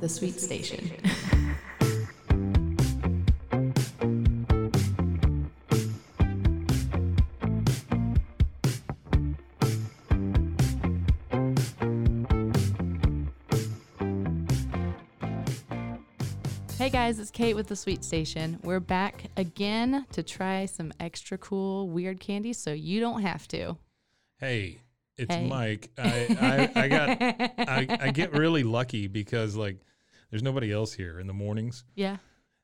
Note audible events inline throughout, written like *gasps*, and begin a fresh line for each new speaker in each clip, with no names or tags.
The Sweet Station. Hey guys, it's Kate with The Sweet Station. We're back again to try some extra cool, weird candy so you don't have to.
Hey, it's
Hey.
Mike.
*laughs*
I, I, I got I, I get really lucky because like there's nobody else here in the mornings.
Yeah,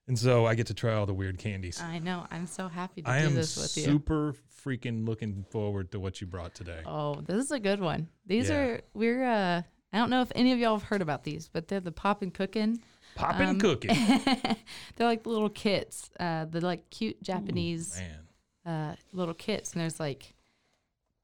And so I get to try all the weird candies.
I know. I'm so happy to
I
Uh, do
am
this with you.
super freaking looking forward to what you brought today.
Oh, this is a good one. These
Yeah.
are we're uh I don't know if any of y'all have heard about these, but they're the poppin' cookin'.
Poppin'
um, *laughs*
cookie. Man.
They're like little kits. Uh they're like cute Japanese uh little kits and there's like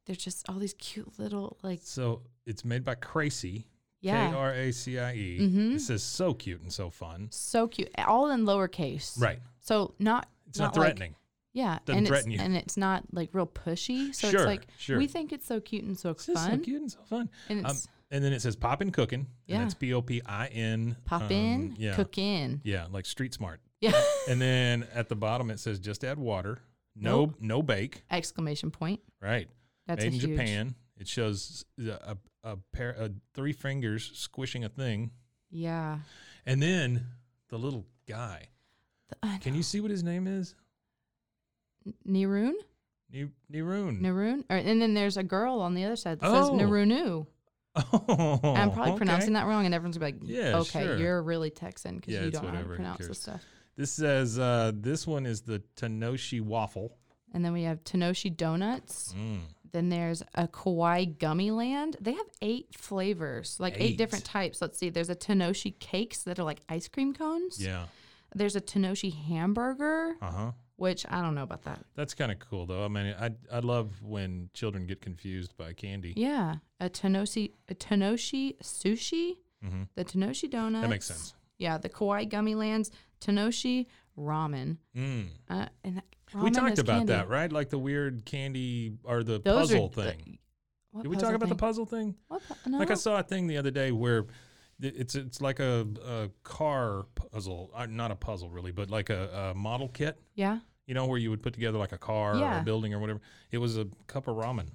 they're just all these cute little like
So it's made by Cracy.
Yeah.
E.
Mm-hmm.
K R A C I E. This is so cute and so fun.
so cute. All in lowercase.
Right.
So not
It's
like-
not, threatening.
yeah.
Doesn't
and
threaten you.
it's, and it's not like real pushy. So
Sure,
it's like
sure.
we think it's so cute and so
it's just so
fun.
cute and so fun.
And
Um,
it's-
and then it says poppin' cookin'.
Yeah.
And it's P O P I N.
Pop
um,
in,
Yeah.
cook in.
Yeah, like street smart.
Yeah.
And then at the bottom it says just add water. No,
Nope.
no bake.
*laughs* Exclamation point.
Right.
That's a
Made in
huge-
Japan. It shows a, a pair, uh three fingers squishing a thing,
Yeah.
and then the little guy.
The- I
Can you see what his name is?
Nirun?
Ni- Nirun.
Narun? Or, and then there's a girl on the other side that says
Hmm. Oh.
Narunu.
*laughs* Oh,
I'm probably
okay.
pronouncing that wrong, and everyone's gonna be like,
Yeah,
okay,
sure.
you're really Texan because
Yeah,
you
it's
don't know how to
whatever, who
pronounce
cares?
this stuff.
This says uh, this one is the Tanoshi waffle.
And then we have Tanoshi Donuts.
Mm.
Then there's a Kawaii Gummy Land. They have eight flavors, like eight,
Eight.
different types. Let's see. There's a Tanoshi cakes that are like ice cream cones.
Yeah.
There's a Tanoshi hamburger,
Uh huh.
which I don't know about that.
That's kind of cool though. I mean, I I love when children get confused by candy.
Yeah, a Tanoshi a Tanoshi sushi, the Tanoshi donuts.
Mm-hmm. makes sense.
Yeah, the Kauai gummy lands, Tanoshi ramen.
Mm.
Uh, and that-
we
ramen
talked
is
about
candy.
that, right? Like the weird candy or the
Those are
puzzle
the-
thing.
What
Did we talk about the
thing?
puzzle thing?
What pu- no.
Like I saw a thing the other day where th- it's it's like a, a car puzzle, uh, not a puzzle really, but like a, a model kit.
Yeah.
You know, where you would put together like a car or
Yeah.
a building or whatever. It was a cup of ramen,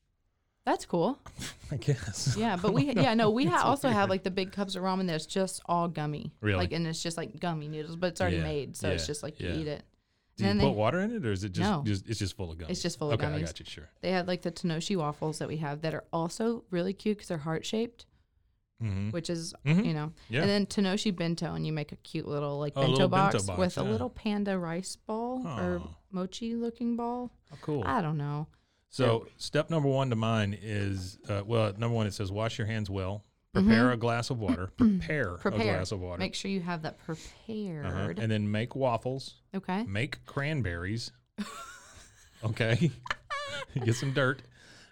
*laughs*
That's cool.
I guess.
Yeah, but
*laughs*
we yeah no we ha-
It's
also have
weird.
like the big cups of ramen that's just all gummy.
Really?
Like and it's just like gummy noodles, but it's already
Yeah,
made, so it's
yeah,
just like you
yeah.
eat it.
Do you
And
put
then they-
water in it, or is it just,
No.
just it's just full of gum?
It's just full of
Okay, I
gummies.
got you. Sure.
They had like the Tanoshi waffles that we have that are also really cute because they're heart shaped,
Mhm.
which is
Mhm.
you know.
Yeah.
And then Tanoshi bento, and you make a cute little like
Oh, a
bento,
little
box
bento box,
with a
yeah.
little panda rice ball or
Aw.
mochi looking ball.
Oh, cool.
I don't know.
So step number one to mine is uh, well, number one it says wash your hands well. Prepare a glass
*clears throat*
of water. Prepare,
Mm-hmm. Prepare.
a glass of water.
Make sure you have that
Uh-huh.
prepared.
And then make waffles.
okay.
make cranberries. okay, *laughs* get some dirt.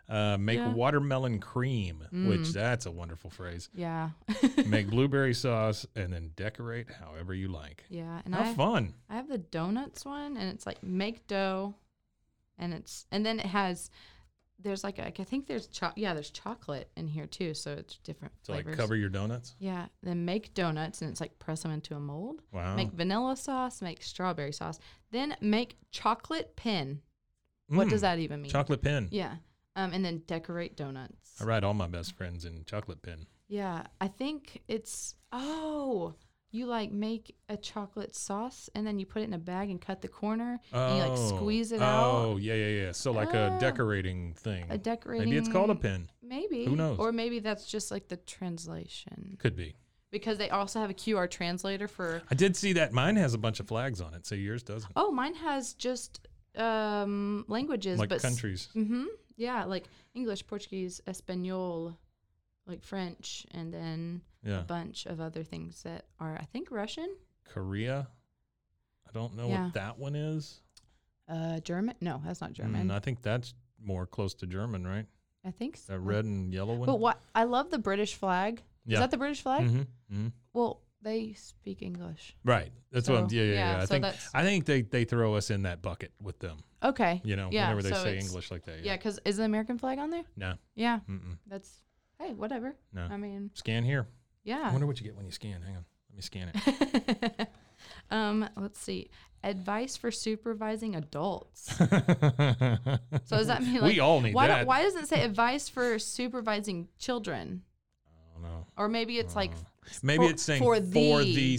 Uh, make
Yeah. Mm.
watermelon cream, which that's a wonderful phrase.
Yeah. *laughs*
Make blueberry sauce and then decorate however you like.
yeah. And
How
I
fun!
I have the donuts one, and it's like make dough, and it's and then it has there's like a, I think there's cho- yeah there's chocolate in here too, so it's different
To
flavors.
like cover your donuts.
yeah, then make donuts, and it's like press them into a mold.
Wow.
Make vanilla sauce, make strawberry sauce, then make chocolate pin. What does
Mm.
that even mean?
Chocolate pin.
Yeah, um, and then decorate donuts.
I ride all my best friends in chocolate pin.
Yeah, I think it's oh, you like make a chocolate sauce and then you put it in a bag and cut the corner and you like squeeze it
oh,
out.
yeah, yeah, yeah. So like a
Oh.
decorating thing.
A decorating.
Maybe it's called a pin.
Maybe.
Who knows?
Or maybe that's just like the translation
Could be.
because they also have a QR translator for.
I did see that. Mine has a bunch of flags on it. So yours doesn't.
Oh, mine has just um languages,
like
but
countries.
Mm-hmm. Yeah, like English, Portuguese, Espanol, like French, and then
Yeah.
a bunch of other things that are I think Russian.
Korea. I don't know
Yeah.
what that one is.
Uh, German? No, that's not German.
Mm, I think that's more close to German, right?
I think so.
That red and yellow one.
Mm. But what I love the British flag.
Yeah.
Is that the British flag?
hmm hmm
Well, they speak English.
Right. That's what I'm.
So,
Yeah, yeah, yeah.
yeah,
I
so
think
that's-
I think they they throw us in that bucket with them.
Okay.
You know,
yeah,
whenever they
so
say
it's-
English like that.
Yeah, because is the American flag on there?
No.
Yeah,
Mm-mm.
that's hey, whatever.
No.
I mean,
Scan here. I
yeah.
wonder what you get when you scan. Hang on. Let me scan it. *laughs*
um, let's see. Advice for supervising
*laughs*
adults. So does that mean like
We all need
why
that.
Don't, why doesn't it say advice for supervising children?
I don't know.
Or maybe it's like
Maybe
for-
it's saying
for
for
the
the,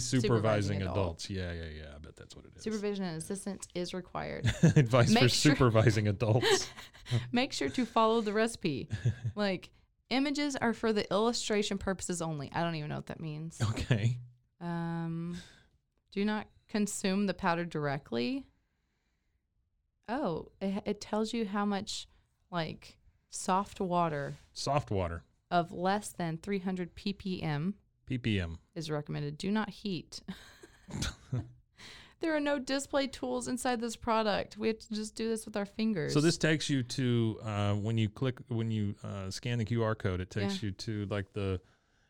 supervising
supervising,
adult.
adults. Yeah, yeah, yeah. I bet that's what it is.
supervision and assistance is
*laughs*
required.
Advice for
Make sure-
supervising adults. *laughs*
Make sure to follow the recipe. Like images are for the illustration purposes only. I don't even know what that means.
Okay.
Um, do not consume the powder directly. Oh, it, it tells you how much like soft water
Soft water.
of less than 300 ppm
PPM.
is recommended. Do not heat. there are no display tools inside this product. We have to just do this with our fingers.
So this takes you to uh, when you click when you uh, scan the QR code. It takes you to like the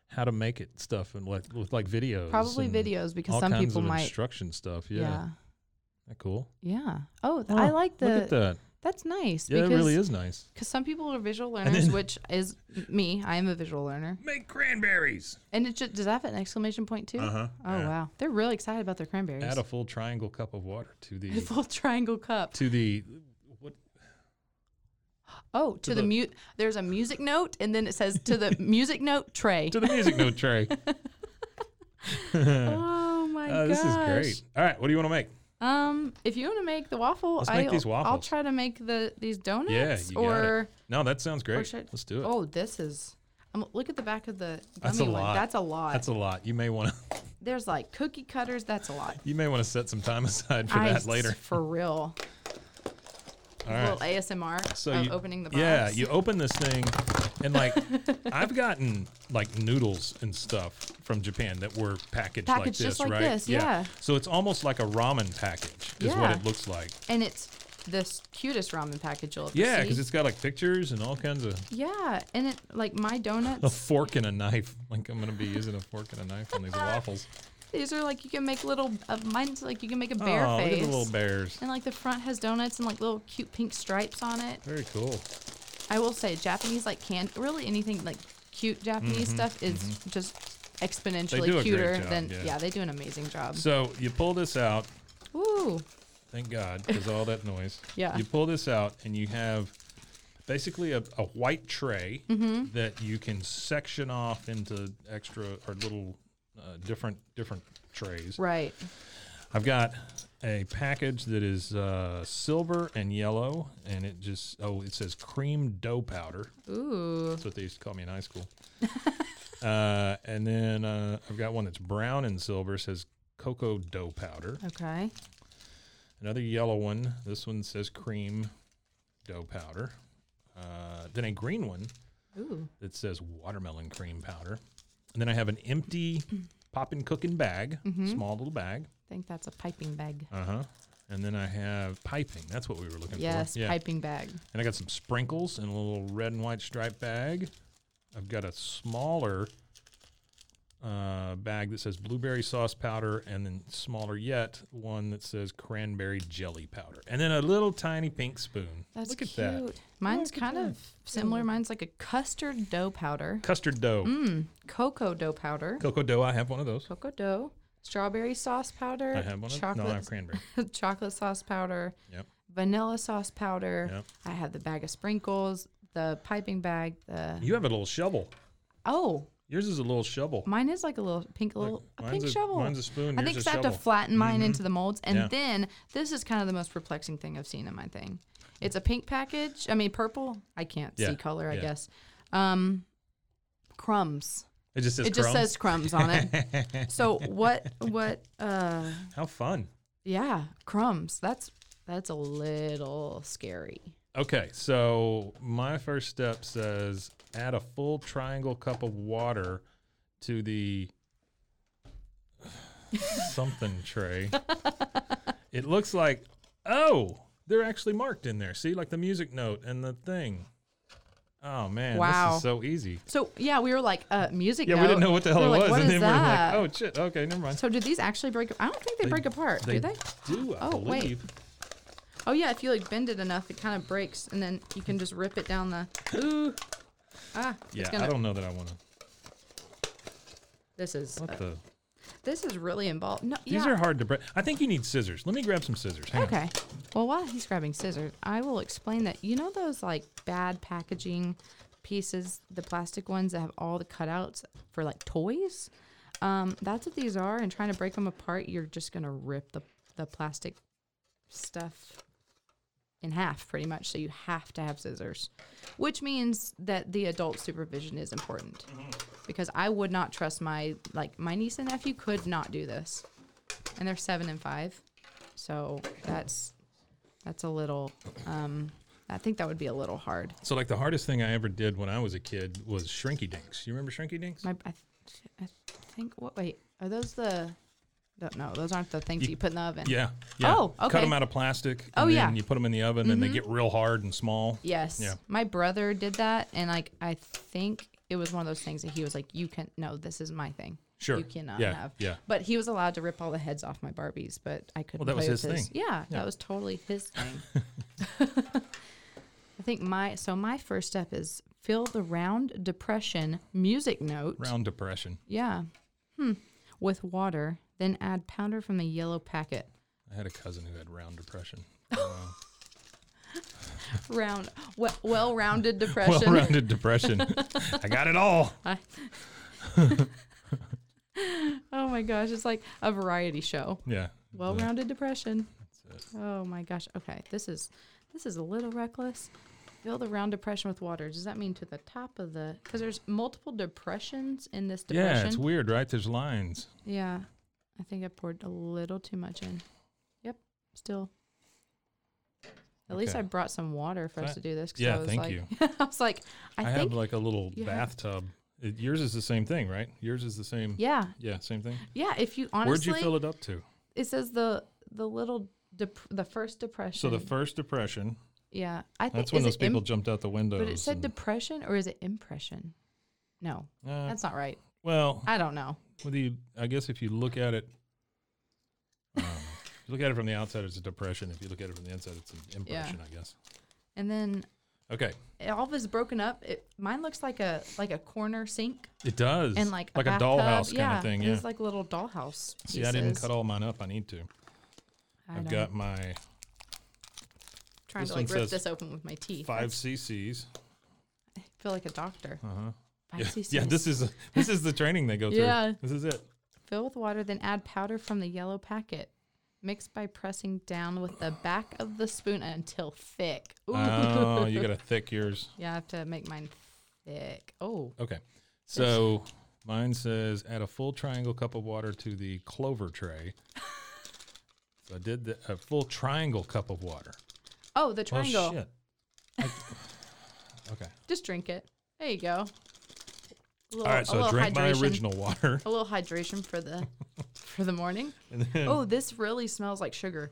how to make it stuff and like with like videos.
probably
and
videos because
all
some
kinds
people
of
might.
instruction stuff. Yeah.
yeah.
That cool.
Yeah. Oh, th- I
Huh,
like the.
Look at that.
That's nice.
Yeah, it
because
really is nice.
Because some people are visual
then-
learners, which is me. I am a visual learner.
Make cranberries.
And it just, does that have an exclamation point too?
Uh-huh,
Oh
yeah.
wow, they're really excited about their cranberries. *laughs*
Add a full triangle cup of water to
A
the
full triangle cup.
to the what
Oh, to,
to
the,
the-
mute. There's a music note, and then it says to
*laughs*
the music note tray.
to the music note
*laughs*
tray.
oh my
Uh,
gosh.
this is great. All right, what do you want to make?
Um, if you want to make the waffle,
Let's make
I'll,
these
I'll
waffles.
try to make the these donuts.
Yeah, you
or,
got it. No, that sounds
or
great.
should-
Let's do it.
Oh, this is. Um, look at the back of the gummy
That's a
one.
lot.
That's a lot.
That's a lot. You may want to
There's like cookie cutters. That's a lot.
*laughs* you may want to set some time aside for
I-
that later.
For real.
All right.
little ASMR
so
of
you,
opening the box.
Yeah, you open this thing,
*laughs*
and like I've gotten like noodles and stuff from Japan that were packaged, like
Packaged
this,
just like
right?
this, yeah.
So it's almost like a ramen package, is what
Yeah.
it looks like.
and it's the s- cutest ramen package you'll ever
Yeah, because
see.
it's got like pictures and all kinds of
yeah, and it like my
a *laughs*
donuts.
fork and a knife. Like I'm gonna be using a fork and a knife on these waffles.
these are like you can make little. Uh, mine's like you can make a *laughs* bear
oh,
face.
look at the little bears.
And like the front has donuts and like little cute pink stripes on it.
Very cool.
I will say Japanese like can really anything like cute Japanese stuff is just
Mm-hmm, They do
exponentially
a great
cuter
job,
than
yeah.
yeah. they do an amazing job.
So you pull this out.
Ooh.
Thank God, because all that noise.
Yeah.
You pull this out, and you have basically a, a white tray
Mm-hmm.
that you can section off into extra or little uh, different different trays.
Right.
I've got a package that is uh, silver and yellow, and it just oh, it says cream dough powder.
Ooh.
That's what they used to call me in
*laughs*
high school. uh, and then uh, I've got one that's brown and silver, says cocoa dough powder.
Okay.
Another yellow one. This one says cream dough powder. Uh, then a green one
Ooh.
that says watermelon cream powder. And then I have an
*clears throat*
empty poppin' cooking bag,
Mm-hmm.
small little bag.
I think that's a piping bag.
Uh huh. And then I have piping. That's what we were looking
Yes,
for. Yeah.
piping bag.
And I got some sprinkles in a little red and white striped bag. I've got a smaller uh, bag that says blueberry sauce powder, and then smaller yet, one that says cranberry jelly powder. And then a little tiny pink spoon.
That's
Look at
cute.
that.
Mine's kind of similar. Mine's like a custard dough powder,
Custard dough.
cocoa dough powder,
Cocoa dough, I have one of those.
Mm. cocoa dough, strawberry sauce powder,
I have one of No, I have
chocolate,
cranberry.
*laughs* chocolate sauce powder,
Yep.
vanilla sauce powder.
Yep.
I have the bag of sprinkles, the piping bag, the
You have a little shovel.
oh
Yours is a little shovel.
Mine is like a little pink,
Look,
little a
mine's
pink
a-
shovel.
mine's a spoon,
I
yours
think
is
I have to
shovel. Mm-hmm.
flatten mine into the molds, and
Yeah.
then this is kind of the most perplexing thing I've seen in my thing. It's a pink package. I mean, purple. I can't
Yeah,
see color. I
yeah.
guess. Um, crumbs.
It just says.
it just
crumb.
says crumbs on it.
*laughs*
so what? What? Uh,
How fun.
yeah, crumbs. That's that's a little scary.
Okay, so my first step says add a full triangle cup of water
*laughs*
to the something tray. it looks like, oh, they're actually marked in there. See, like the music note and the thing. Oh man, this
Wow.
is so easy.
So yeah, we were like, uh, music.
Yeah, we didn't know what the hell
We're
it
like,
was,
What
and
is
then
that?
we were like, oh shit, okay, never mind.
So did these actually break? I don't think they, break apart. do they?
Do I
Oh, wait.
believe?
Oh yeah, if you like bend it enough, it kind of breaks, and then you can just rip it down the. Ooh. Ah,
Yeah,
it's gonna.
I don't know that I want to.
this is
What
uh,
the?
this is really involved. No,
These
yeah.
are hard to break. I think you need scissors. Let me grab some scissors. Hang on.
Okay. Well, while he's grabbing scissors, I will explain that you know those like bad packaging pieces, the plastic ones that have all the cutouts for like toys. Um, that's what these are. And trying to break them apart, you're just gonna rip the the plastic stuff in half, pretty much. So you have to have scissors, which means that the adult supervision is important
Mm-hmm.
because I would not trust my like my niece and nephew could not do this, and they're seven and five. So that's that's a little. Um, I think that would be a little hard.
So, like the hardest thing I ever did when I was a kid was Shrinky Dinks. You remember Shrinky Dinks?
My, I, th- I think. What? Wait. Are those the? No, no, those aren't the things
You-
you, put in the oven.
Yeah, yeah.
Oh,
Cut
okay.
them out of plastic.
Oh,
and
yeah. Mm-hmm.
Then you put them in the oven, and they get real hard and small.
Yes.
Yeah.
My brother did that, and like I think it was one of those things that he was like, "You can no, this is my thing.
Sure.
you cannot
Yeah,
have."
yeah.
But he was allowed to rip all the heads off my Barbies, but I couldn't.
that was
play with
his thing.
Yeah, that was totally
*laughs*
his thing. I think my so my first step is fill the round depression music note.
Round depression.
Yeah. Hmm. With water, then add powder from the yellow packet.
I had a cousin who had round depression.
Round, well, well-rounded depression.
*laughs*
*laughs*
Well-rounded depression. I got it all.
oh my gosh, it's like a variety show.
Yeah.
Well-rounded depression. Oh my gosh. Okay, this is this is a little reckless. Fill the round depression with water. Does that mean to the top of the? Because there's multiple depressions in this depression.
Yeah, it's weird, right? There's lines.
Yeah, I think I poured a little too much in. Yep, still. At least
Okay.
I brought some water for us
That-
to do this. 'cause
yeah,
I was
thank
like,
you.
*laughs* I was like, I,
I,
think.
have like a little
you have-
bathtub. It- yours is the same thing, right? Yours is the same.
yeah,
Yeah, same thing.
yeah. If you honestly,
Where'd you fill it up to?
it says the the little dep- the first depression.
So the first depression.
yeah, I think
That's when
is
those
it imp-
people jumped out the windows.
But it said
and-
depression or is it impression? No,
Uh,
that's not right.
well,
I don't know.
Well, the I guess if you look at it, um, if you look at it from the outside, it's a depression. If you look at it from the inside, it's an impression. I guess.
And then
Okay,
it all of is broken up. It, mine looks like a like a corner sink
it does.
and like
like a,
bathtub.
dollhouse kind
yeah,
of thing.
it
Yeah.
was like little dollhouse. Pieces.
See, I didn't cut all mine up. I need to.
I
I've
know.
got my
trying
this
to
one
like rip
says
this open with my teeth. *laughs*
five
That's-
CCs.
I feel like a doctor.
Uh-huh.
Five
*laughs* Yeah,
cc's.
yeah, this is this is the training they go through.
Yeah.
this
*laughs*
is it.
Fill with water, then add powder from the yellow packet. Mix by pressing down with the back of the spoon until thick. Ooh.
Oh, you got to thick yours.
*laughs* yeah, I have to make mine thick. Oh,
Okay, so mine says add a full triangle cup of water to the clover tray. so I did the, a full triangle cup of water.
oh, the triangle.
Well, shit. I- *sighs* okay.
Just drink it. There you go. A little,
All right.
a
So I
little
drank my
hydration-
original
*laughs*
water.
A little hydration for
*laughs*
the for the morning.
And then
Oh, this really smells like sugar.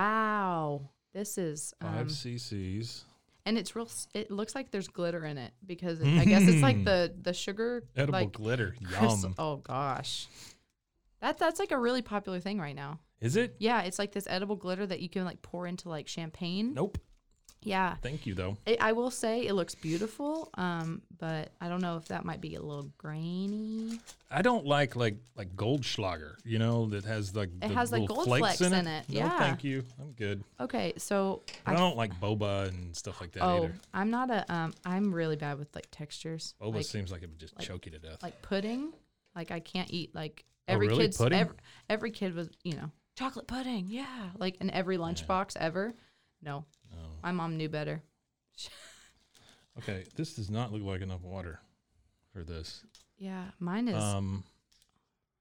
Wow, this is
five
um,
cc's.
and it's real. s- It looks like there's glitter in it because it, I guess it's like the the sugar
Mm. Edible
like
glitter.
crystal-
Yum.
Oh gosh, that that's like a really popular thing right now.
Is it?
Yeah, it's like this edible glitter that you can like pour into like champagne.
Nope.
Yeah.
Thank you, though.
I I will say it looks beautiful, um, but I don't know if that might be a little grainy.
I don't like like like Goldschlager, you know, that has like
It has, like,
little
gold
flakes
flakes
in it.
in it,
No,
yeah.
thank you. I'm good.
Okay, so
I, don't like boba and stuff like that
oh,
either. Oh,
I'm not a um, I'm really bad with like textures.
Boba
like,
seems like it would just choke you to death.
like pudding. Like I can't eat like
Oh,
every
really?
kid's
Pudding?
every, every kid was you know chocolate pudding. Yeah, like in every lunchbox ever. No,
Oh.
my mom knew better.
okay, this does not look like enough water for this.
Yeah, mine is.
Um,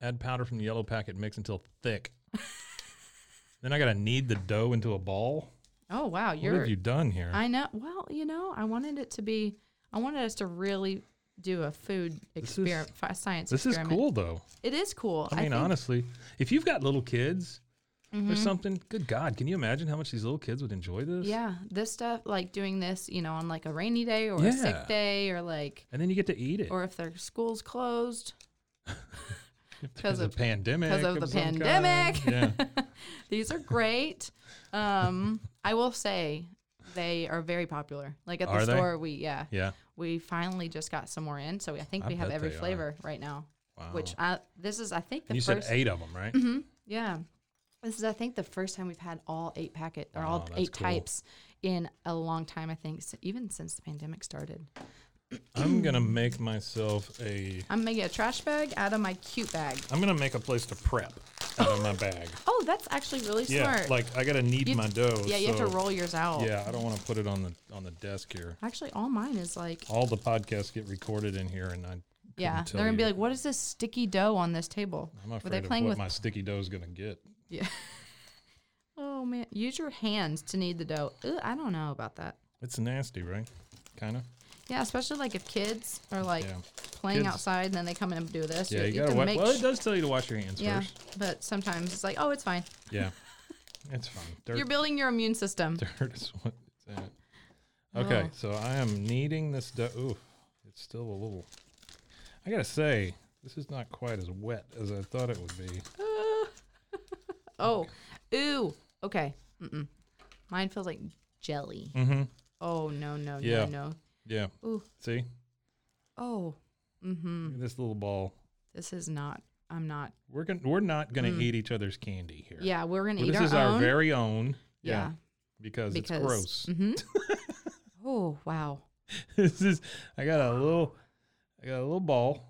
add powder from the yellow packet, mix until
*laughs*
thick. then I gotta knead the dough into a ball.
oh wow,
what
you're.
have you done here?
I know. Well, you know, I wanted it to be. I wanted us to really do a food
is-
experiment, fi science.
this is
experiment.
cool though.
It is cool.
I mean,
think- Mm-hmm.
honestly, if you've got little kids or something, good God, can you imagine how much these little kids would enjoy this?
Yeah, this stuff like doing this, you know, on like a rainy day or a
Yeah.
sick day or like
And then you get to eat it.
or if their school's closed.
because of pandemic.
because of the
some kind.
pandemic. *laughs*
Yeah.
These are great. Um, I will say they are very popular. Like at the
Are they?
store, we yeah,
Yeah.
we finally just got some more in, so I think
I
we have
bet
every
they are.
flavor right now.
Wow.
Which I, this is I think the
you said
first Mm-hmm.
eight of them, right?
yeah. This is I think the first time we've had all eight packet or
Wow,
all
that's
eight
cool.
types in a long time. I think s- even since the pandemic started.
I'm gonna make myself a.
I'm making a trash bag out of my cute bag.
I'm gonna make a place to prep
*laughs*
out of my bag.
Oh, that's actually really
Yeah,
smart.
like I gotta knead
You-
my dough.
yeah, you have to
so-
roll yours out.
Yeah, I don't want to put it on the on the desk here.
Actually, all mine is like
All the podcasts get recorded in here, and I.
Yeah,
couldn't tell
they're gonna be
you.
like, "What is this sticky dough on this table?"
I'm
Were
afraid
they playing
of what
with?
my sticky dough is gonna get.
*laughs* yeah. oh man, use your hands to knead the dough. Ooh, I don't know about that.
It's nasty, right? Kind of.
Yeah, especially like if kids are like
Yeah.
playing
Kids-
outside and then they come in and do this.
Yeah, you, gotta
can
wipe.
make
Well,
sh-
it does tell you to wash your hands
yeah,
first.
but sometimes it's like, "Oh, it's fine."
Yeah, it's fine.
*laughs*
Dirt,
You're building your immune system.
*laughs* dirt is what it's at. Okay,
Oh.
so I am kneading this dough. Ooh, it's still a little. I gotta say, this is not quite as wet as I thought it would be.
Oh, ooh, okay. Mm-mm. Mine feels like jelly.
Mm-hmm.
Oh no, no, no,
Yeah.
no.
Yeah.
Ooh.
See,
Oh, mm-hmm.
Look at this little ball.
This is not. I'm not.
We're gonna. We're not gonna eat each other's candy here.
Mm. Yeah, we're gonna
Well,
eat
this
our
is
own.
our very own. Yeah.
Yeah.
Because,
because
it's gross.
Mhm. oh wow,
*laughs* this is. I got a little. I got a little ball.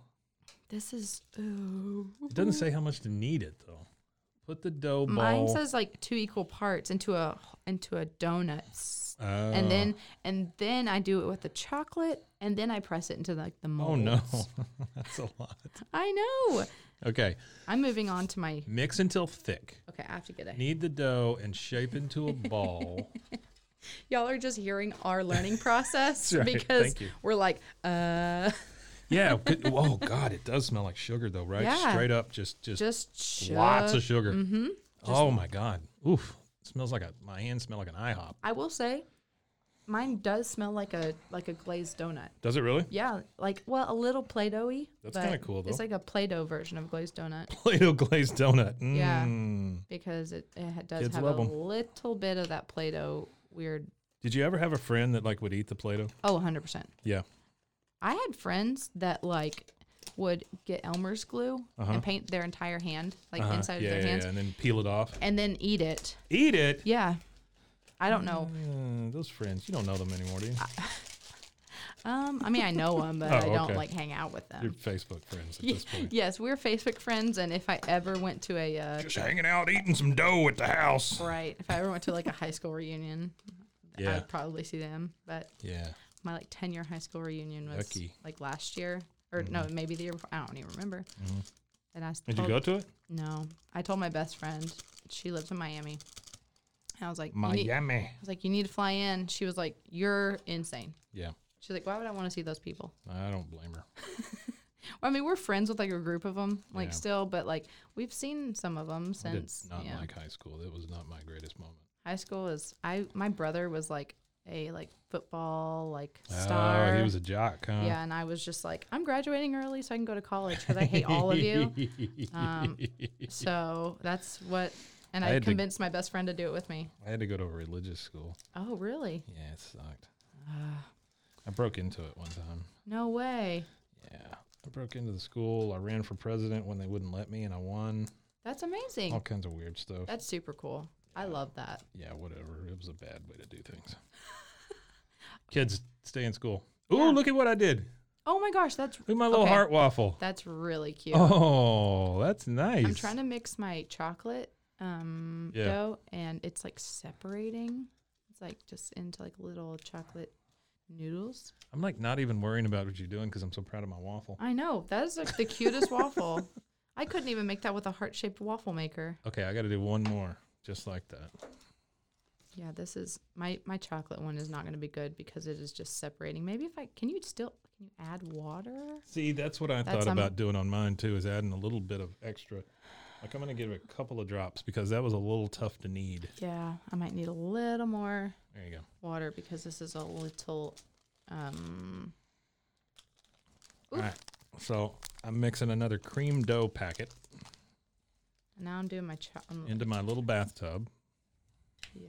this is. Ooh.
It doesn't say how much to knead it though. Put the dough ball.
Mine says like two equal parts into a into a donut, s- and
Oh.
then and then I do it with the chocolate, and then I press it into like the mold.
Oh no, *laughs* that's a lot.
I know.
Okay,
I'm moving on to
*laughs*
my.
mix until thick.
Okay, I have to get it.
Knead the dough and shape into a ball.
Y'all are just hearing our
*laughs*
learning process
That's right,
because
thank you.
we're like, uh,
*laughs* yeah. good- Oh God, it does smell like sugar though, right?
Yeah.
Straight up, just just,
just sh-
lots of sugar. Mm-hmm. Oh my God. Oof. smells like a. My hands smell like an IHOP.
I will say, mine does smell like a like a glazed donut.
Does it really? *laughs*
Yeah, like well, a little Play-Doh-y.
That's
but
kinda cool, though.
It's like a Play-Doh version of glazed donut
Play-Doh glazed donut. Mm.
Yeah. because it, it ha- does
Kids
have
love
a
'em.
little bit of that Play-Doh weird.
Did you ever have a friend that like would eat the Play-Doh?
Oh, 100 percent.
Yeah.
I had friends that like would get Elmer's glue and paint their entire hand, like
Uh-huh.
inside
yeah,
of their
yeah,
hands,
yeah, and then peel it off.
and then eat it.
Eat it.
Yeah, I don't know.
Uh, those friends, you don't know them anymore, do you?
Uh, Um, I mean, I know them, but
Mm. *laughs* Oh,
I don't
okay.
like hang out with them.
Your Facebook friends at
Ye- *laughs*
this point.
yes, we're Facebook friends, and if I ever went to a uh,
Just hanging out, eating some dough at the house.
*laughs* right, if I ever went to like a high school reunion,
Yeah.
I'd probably see them. But
Yeah.
my like ten year high school reunion was
Yucky.
like last year, or no, maybe the year before. I don't even remember. And I s-
Mm-hmm. Did you
told-
go to it?
No, I told my best friend. She lives in Miami. And I was like, you need- I
Miami.
was like, you need to fly in. She was like, you're insane.
Yeah.
She's like, why would I want to see those people?
I don't blame her.
Well, I mean, we're friends with like a group of them, like
Yeah.
still, but like we've seen some of them
I did
since.
not
yeah.
like high school. That was not my greatest moment.
High school is I my brother was like a like football like star.
Oh, he was a jock, huh?
yeah, and I was just like, I'm graduating early so I can go to college because I hate all of you. Um, so that's what And
I
I,
had to-
convinced my best friend to do it with me.
*laughs* I had to go to a religious school.
Oh, really?
Yeah,
*sighs*
it sucked. I broke into it one time.
No way.
Yeah. I broke into the school. I ran for president when they wouldn't let me, and I won.
That's amazing.
All kinds of weird stuff.
That's super cool. I love that.
Yeah, whatever. It was a bad way to do things. *laughs* Kids, stay in school. Ooh, look at what I did.
Oh my gosh, that's
Look at my little
okay,
heart waffle.
That's
*laughs*
really cute.
Oh, that's nice.
I'm trying to mix my chocolate um,
Yeah.
dough, and it's like separating. It's like just into like little chocolate noodles.
I'm like not even worrying about what you're doing because I'm so proud of my waffle.
I know that is like the cutest waffle. I couldn't even make that with a heart shaped waffle maker.
Okay, I got to do one more, just like that.
Yeah, this is my my chocolate one is not going to be good because it is just separating. Maybe if I can you still can you add water?
See, that's what I
That's
thought
um,
about doing on mine too, is adding a little bit of extra. Like I'm going to give it a couple of drops because that was a little tough to knead.
Yeah, I might need a little more
There you go.
water because this is a little. Um,
All right. So I'm mixing another cream dough packet
now I'm doing my chocolate.
into my little bathtub,
Yeah,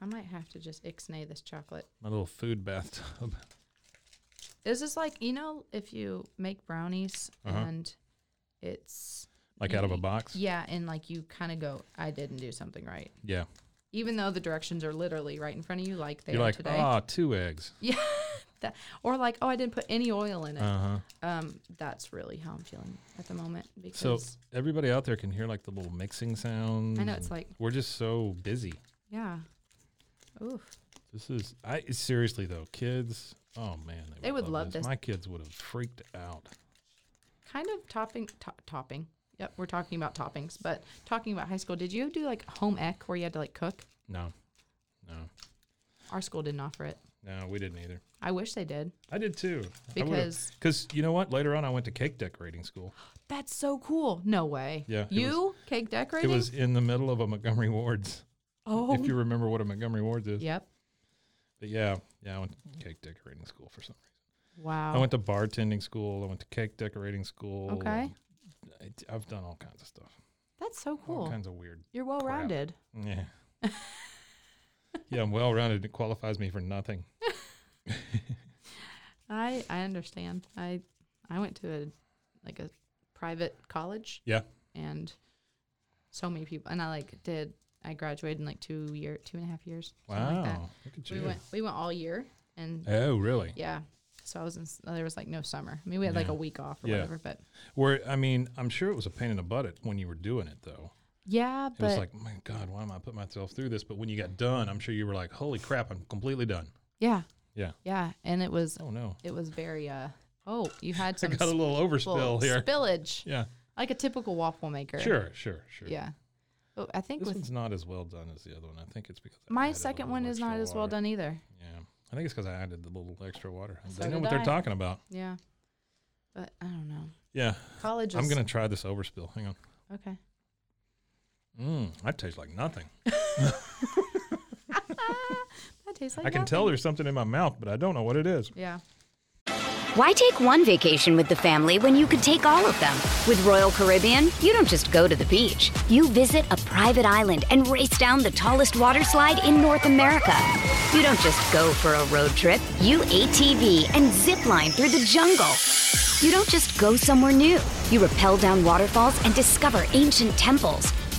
I might have to just ixnay this chocolate.
my little food bathtub. *laughs*
This is like you know if you make brownies
Uh-huh.
and it's
Like out of a
y-
box?
Yeah, and like you kind of go, I didn't do something right,
Yeah.
even though the directions are literally right in front of you, like they
You're
are
like,
today.
ah, two eggs.
Yeah. That, or like, oh, I didn't put any oil in it.
Uh huh.
Um, that's really how I'm feeling at the moment because
So everybody out there can hear like the little mixing sounds.
know, it's
and
like-
we're just so busy.
yeah, oof,
This is I seriously though, kids. Oh man,
They would love this.
My kids would have freaked out.
kind of topping, to- topping. Yep, we're talking about toppings, but talking about high school. Did you do like home ec where you had to like cook?
No, no,
Our school didn't offer it.
no, we didn't either. I
I wish they did.
did too
Because-
because you know what? Later on, I went to cake decorating school.
That's so cool. No way.
Yeah, it was-
You cake decorating?
It was in the middle of a Montgomery Ward's.
oh.
If you remember what a Montgomery Ward's is,
yep.
But yeah, yeah, I went to cake decorating school for some reason.
Wow.
I went to bartending school. I went to cake decorating school.
Okay.
I, have done all kinds of stuff.
That's so
All
cool.
kinds of weird.
You're well rounded.
Yeah. *laughs* yeah, I'm well rounded. It qualifies me for nothing.
I I understand. I I went to a like a private college
Yeah.
and so many people and I like did I graduated in like two year two and a half years. something
Wow.
Like that.
Look at
We
you.
went we went all year and
Oh, really?
yeah. So I was in, s- there was like no summer. I mean we had like
Yeah.
a week off or
Yeah.
whatever, but
Where I mean, I'm sure it was a pain in the butt at- when you were doing it, though.
yeah,
It
but
was like, my God, why am I putting myself through this? But when you got done, I'm sure you were like, holy crap, I'm completely done.
yeah.
Yeah.
Yeah, and it was
Oh no,
it was very uh oh you had
*laughs* I
some
got a little
spill-
overspill here.
spillage
Yeah.
like a typical waffle maker
Sure. Sure. Sure.
yeah but i think
This
with
one's not as well done as the other one. I think it's because I
my
added a
second
little
one is not
extra
as well
water.
done either
Yeah, I think it's because I added the little extra water.
So
they know
did
what they're
I.
talking about.
yeah but i don't know
Yeah,
college is
I'm gonna try this overspill. Hang on.
okay
Mm, that tastes like nothing.
that tastes like
I can tell
nothing.
there's something in my mouth, but I don't know what it is.
yeah
Why take one vacation with the family when you could take all of them? With Royal Caribbean, you don't just go to the beach. You visit a private island and race down the tallest water slide in North America. You don't just go for a road trip. You ATV and zip line through the jungle. You don't just go somewhere new. You rappel down waterfalls and discover ancient temples.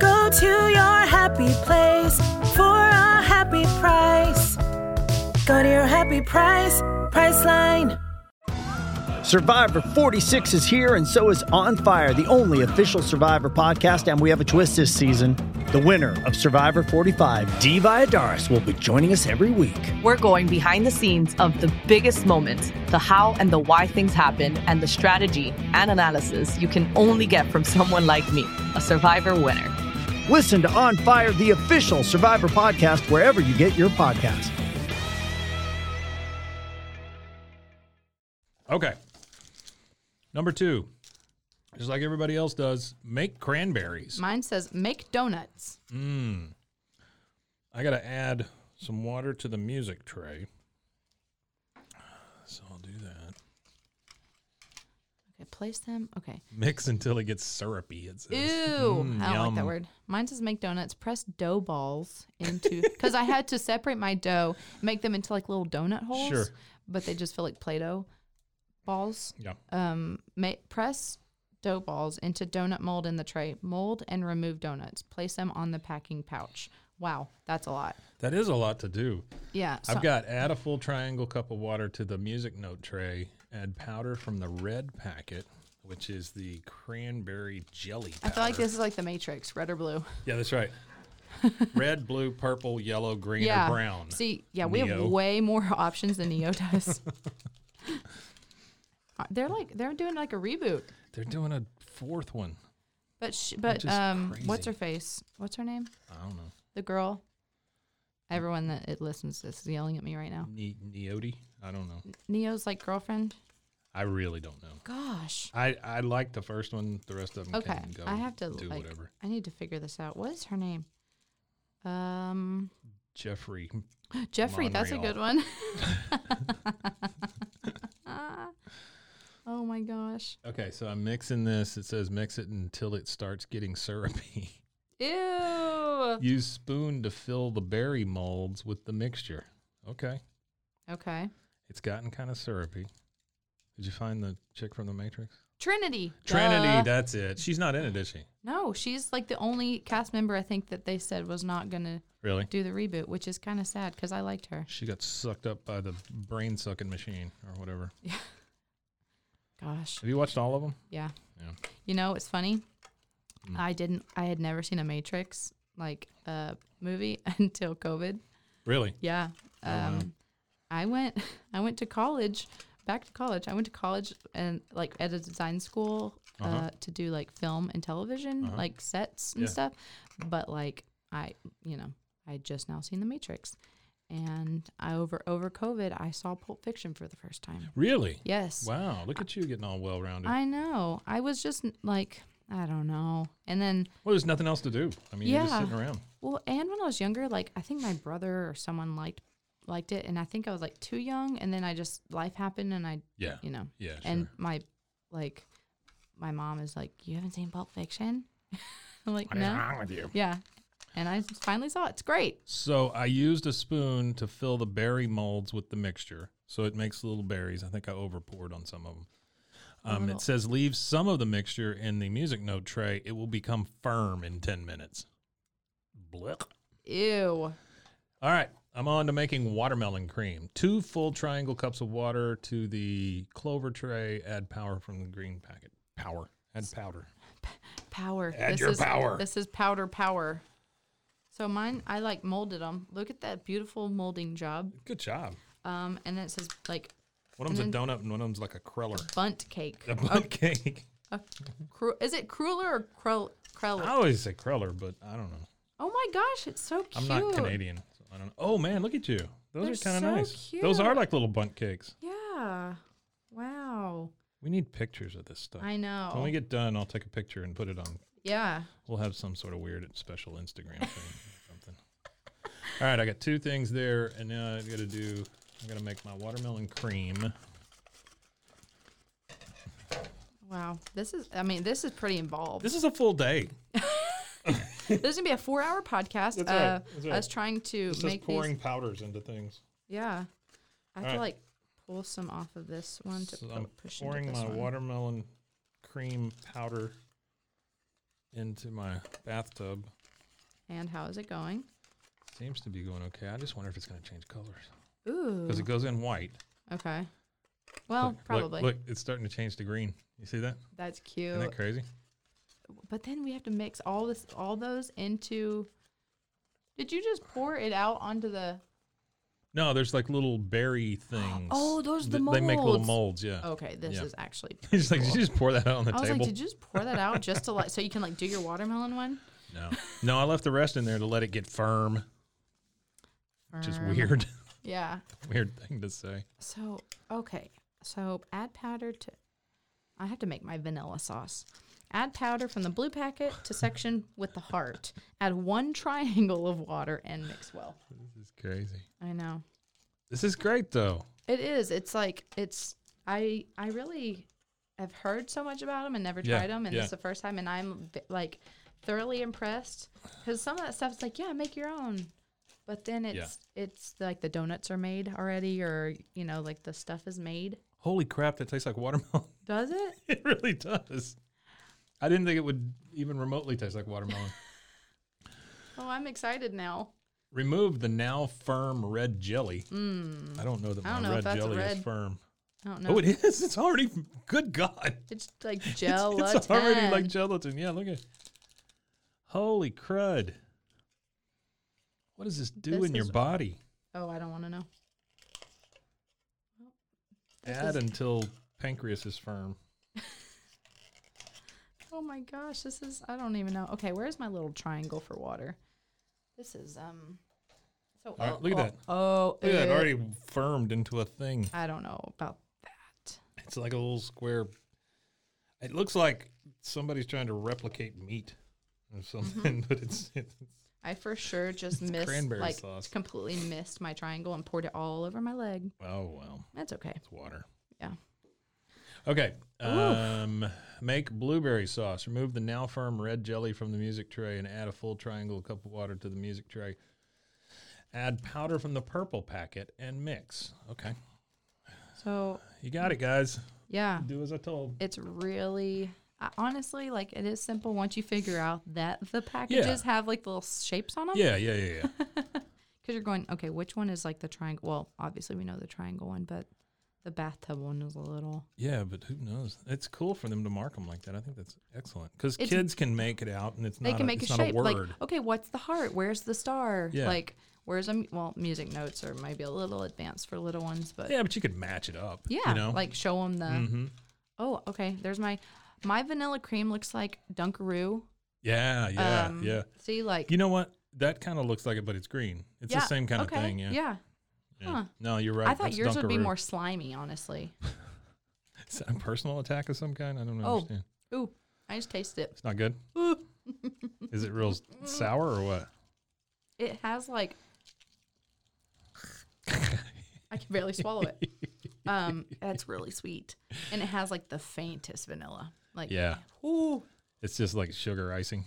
Go to your happy place for a happy price. Go to your happy price, Priceline.
Survivor 46 is here, and so is On Fire, the only official Survivor podcast. And we have a twist this season. The winner of Survivor 45, D. Vyadaris, will be joining us every week.
We're going behind the scenes of the biggest moments, the how and the why things happen, and the strategy and analysis you can only get from someone like me, a survivor winner.
Listen to On Fire, the official Survivor podcast, wherever you get your podcast.
Okay. Number two, just like everybody else does, make cranberries.
Mine says make donuts.
I got to add some water to the music tray. So I'll do that.
Okay, place them. Okay.
Mix until it gets syrupy. It says.
Ew.
Mm,
I don't like
yum.
that word. Mine says make donuts. Press dough balls
*laughs*
into because I had to separate my dough, make them into like little donut holes.
Sure.
But they just feel like Play-Doh balls.
Yeah.
Um, ma- press dough balls into donut mold in the tray. Mold and remove donuts. Place them on the packing pouch. Wow, that's a lot.
That is a lot to do.
Yeah. so-
I've got add a full triangle cup of water to the music note tray. Add powder from the red packet, which is the cranberry jelly.
I
Powder.
feel like this is like the Matrix, red or blue.
Yeah,
*laughs*
that's right. red, blue, purple, yellow, green,
yeah.
or brown.
See, yeah, we have
Neo.
way more *laughs* options than Neo
*laughs*
does. Uh, they're like they're doing like a reboot,
They're doing a fourth one.
but sh- but
is
um, what's
crazy.
her face? What's her name?
I don't know.
The girl. Everyone that it listens to this is yelling at me right now.
Ne- Neoti? I don't know.
Neo's like girlfriend.
I really don't know.
Gosh.
I, I like the first one. The rest of them
Okay,
can go
I have to
do
like.
whatever.
I need to figure this out. What is her name? Um,
Jeffrey.
Jeffrey. That's a
Monreal.
good one. *laughs* oh my gosh.
Okay, so I'm mixing this. It says mix it until it starts getting syrupy. *laughs*
Ew.
Use spoon to fill the berry molds with the mixture. Okay.
Okay.
It's gotten kind of syrupy. Did you find the chick from the Matrix?
Trinity.
Trinity,
Duh.
that's it. She's not in it, is she?
No, she's like the only cast member I think that they said was not going to
Really?
do the reboot, which is kind of sad because I liked her.
She got sucked up by the brain sucking machine or whatever.
Gosh.
Have you watched all of them?
Yeah.
Yeah. Mm.
You know, it's funny. I didn't, I had never seen a Matrix like uh, movie *laughs* until COVID.
Really?
Yeah.
Oh,
Um, I went, *laughs* I went to college, back to college. I went to college and like at a design school uh to do like film and television, like sets and
Uh-huh. Yeah.
stuff. But like I, you know, I had just now seen The Matrix, and I over over COVID, I saw Pulp Fiction for the first time.
Really?
Yes.
Wow, look at you getting all well rounded.
I know. I was just n- like, I don't know. And then
Well, there's nothing else to do. I mean, you're just
Yeah.
sitting around.
Well, and when I was younger, like I think my brother or someone liked liked it, and I think I was like too young, and then I just life happened, and I
Yeah.
you know
Yeah,
and
sure.
my like my mom is like, you haven't seen Pulp Fiction? *laughs* I'm like, no,
with you?
yeah, and I finally saw it. It's great.
So I used a spoon to fill the berry molds with the mixture, so it makes little berries. I think I over poured on some of them. Um, it says leave some of the mixture in the music note tray. It will become firm in ten minutes. Blech.
Ew.
All right, I'm on to making watermelon cream. Two full triangle cups of water to the clover tray. Add power from the green packet. Power. Add powder.
Power.
Add your
is,
power.
This is powder power. So mine, I like molded them. Look at that beautiful molding job.
Good job.
Um, and then it says like
One of them's a donut and one of them's like a cruller.
bunt cake.
A butt cake.
Cru- is it cruller or crell? Creller?
*laughs* I always say cruller, but I don't know.
Oh my gosh, it's so cute.
I'm not Canadian. So I don't know. Oh man, look at you. Those
They're
are kind of
so
nice. Those are
cute.
like little bunt cakes.
Yeah. Wow.
We need pictures of this stuff.
I know.
When we get done, I'll take a picture and put it on.
Yeah.
We'll have some sort of weird special Instagram thing or something. All right, I got two things there, and now I got to do. I'm gonna make my watermelon cream.
Wow. This is I mean, this is pretty involved.
This is a full day.
This is gonna be a four hour podcast
That's right,
of
that's right.
us trying to
It's
make
just pouring
these
powders into things.
Yeah. I have
All
to
right.
like pull some off of this one to
So
pu-
I'm
push into
pouring
this
my
one.
watermelon cream powder into my bathtub.
And how is it going?
Seems to be going okay. I just wonder if it's going to change colors
Ooh.
because it goes in white.
Okay. Well,
Look, look,
probably.
Look, it's starting to change to green. You see that?
That's
Isn't
cute.
that crazy?
But then we have to mix all this all those into Did you just pour it out onto the
No, there's like little berry things.
Oh, those are the
Th- They make little
molds.
molds. Yeah. *laughs*
Okay, this
Yeah.
is actually
He's like, did you just pour that out on the
I was
table?
like, did you just pour that out just to like so you can like do your watermelon one?
No, no, I left the rest in there to let it get firm, which is
Um,
weird, *laughs*
Yeah.
weird thing to say.
So okay. So add powder to. I have to make my vanilla sauce. Add powder from the blue packet to section with the heart. Add one *laughs* triangle of water and mix well.
This is crazy.
I know.
This is great though.
It is. It's like it's. I I really have heard so much about them and never
Yeah,
tried them, and
yeah.
it's the first time, and I'm v- like thoroughly impressed because some of that stuff's like, yeah, make your own, but then it's it's like the donuts are made already, or you know, like the stuff is made.
Holy crap, that tastes like watermelon. *laughs*
Does it?
it really does. I didn't think it would even remotely taste
*laughs*
like watermelon.
Oh, I'm excited now.
Remove the now firm red jelly. I don't know that
Hmm. I
my
don't know if
red
that's
jelly is
red.
firm.
I don't know.
Oh, it is. It's already. Good God.
It's like
*laughs* It's-
gelatin.
It's, already like gelatin. Yeah, look at. Holy crud! What does this do
This
in your
is-
body?
oh, I don't want to know.
Add until pancreas is firm.
Oh my gosh, this is I don't even know. Okay, where's my little triangle for water? This is um. So
right, look at that.
Oh,
Look at that,
uh,
already firmed into a thing.
I don't know about that.
It's like a little square. It looks like somebody's trying to replicate meat or
Mm-hmm.
something, *laughs* but it's, it's
I for
*laughs*
sure just missed
cranberry
like
sauce.
completely missed my triangle and poured it all over my leg.
oh well,
That's okay.
it's water.
Yeah.
Okay. Um, make blueberry sauce. Remove the now firm red jelly from the music tray and add a full triangle cup of water to the music tray. Add powder from the purple packet and mix. Okay.
So
You got it, guys.
yeah,
Do as I told.
it's really I, honestly like it is simple once you figure out that the packages have like little shapes on them.
Yeah, yeah, yeah, yeah. *laughs*
Because you're going, okay, which one is like the triangle? Well, obviously we know the triangle one, but the bathtub one is a little.
Yeah, but who knows? It's cool for them to mark them like that. I think that's excellent because
It's-
kids can make it out, and it's
They
not
can
a,
make a
it's not
shape.
a word.
like, okay, what's the heart? Where's the star?
Yeah.
Like, where's a. mu- Well, music notes are maybe a little advanced for little ones, but.
yeah, but you could match it up.
Yeah,
you know, Mm-hmm.
like show them the. Oh, okay. There's my. My vanilla cream looks like Dunkaroo.
yeah, yeah,
Um,
yeah.
See, like.
You know what? That kind of looks like it, but it's green. It's the same kind
okay,
of thing. Yeah.
Yeah.
yeah.
huh.
No, you're right.
I thought
that's
yours would be
Dunkaroo.
more slimy, honestly.
Is that a personal attack of some kind. I don't
Oh.
understand.
Ooh, I just tasted it.
It's
*laughs*
not good. Is it real s- sour or what?
It has like I can barely swallow
*laughs*
it. Um, that's really sweet, and it has like the faintest vanilla. Like
Yeah,
ooh,
it's just like sugar icing.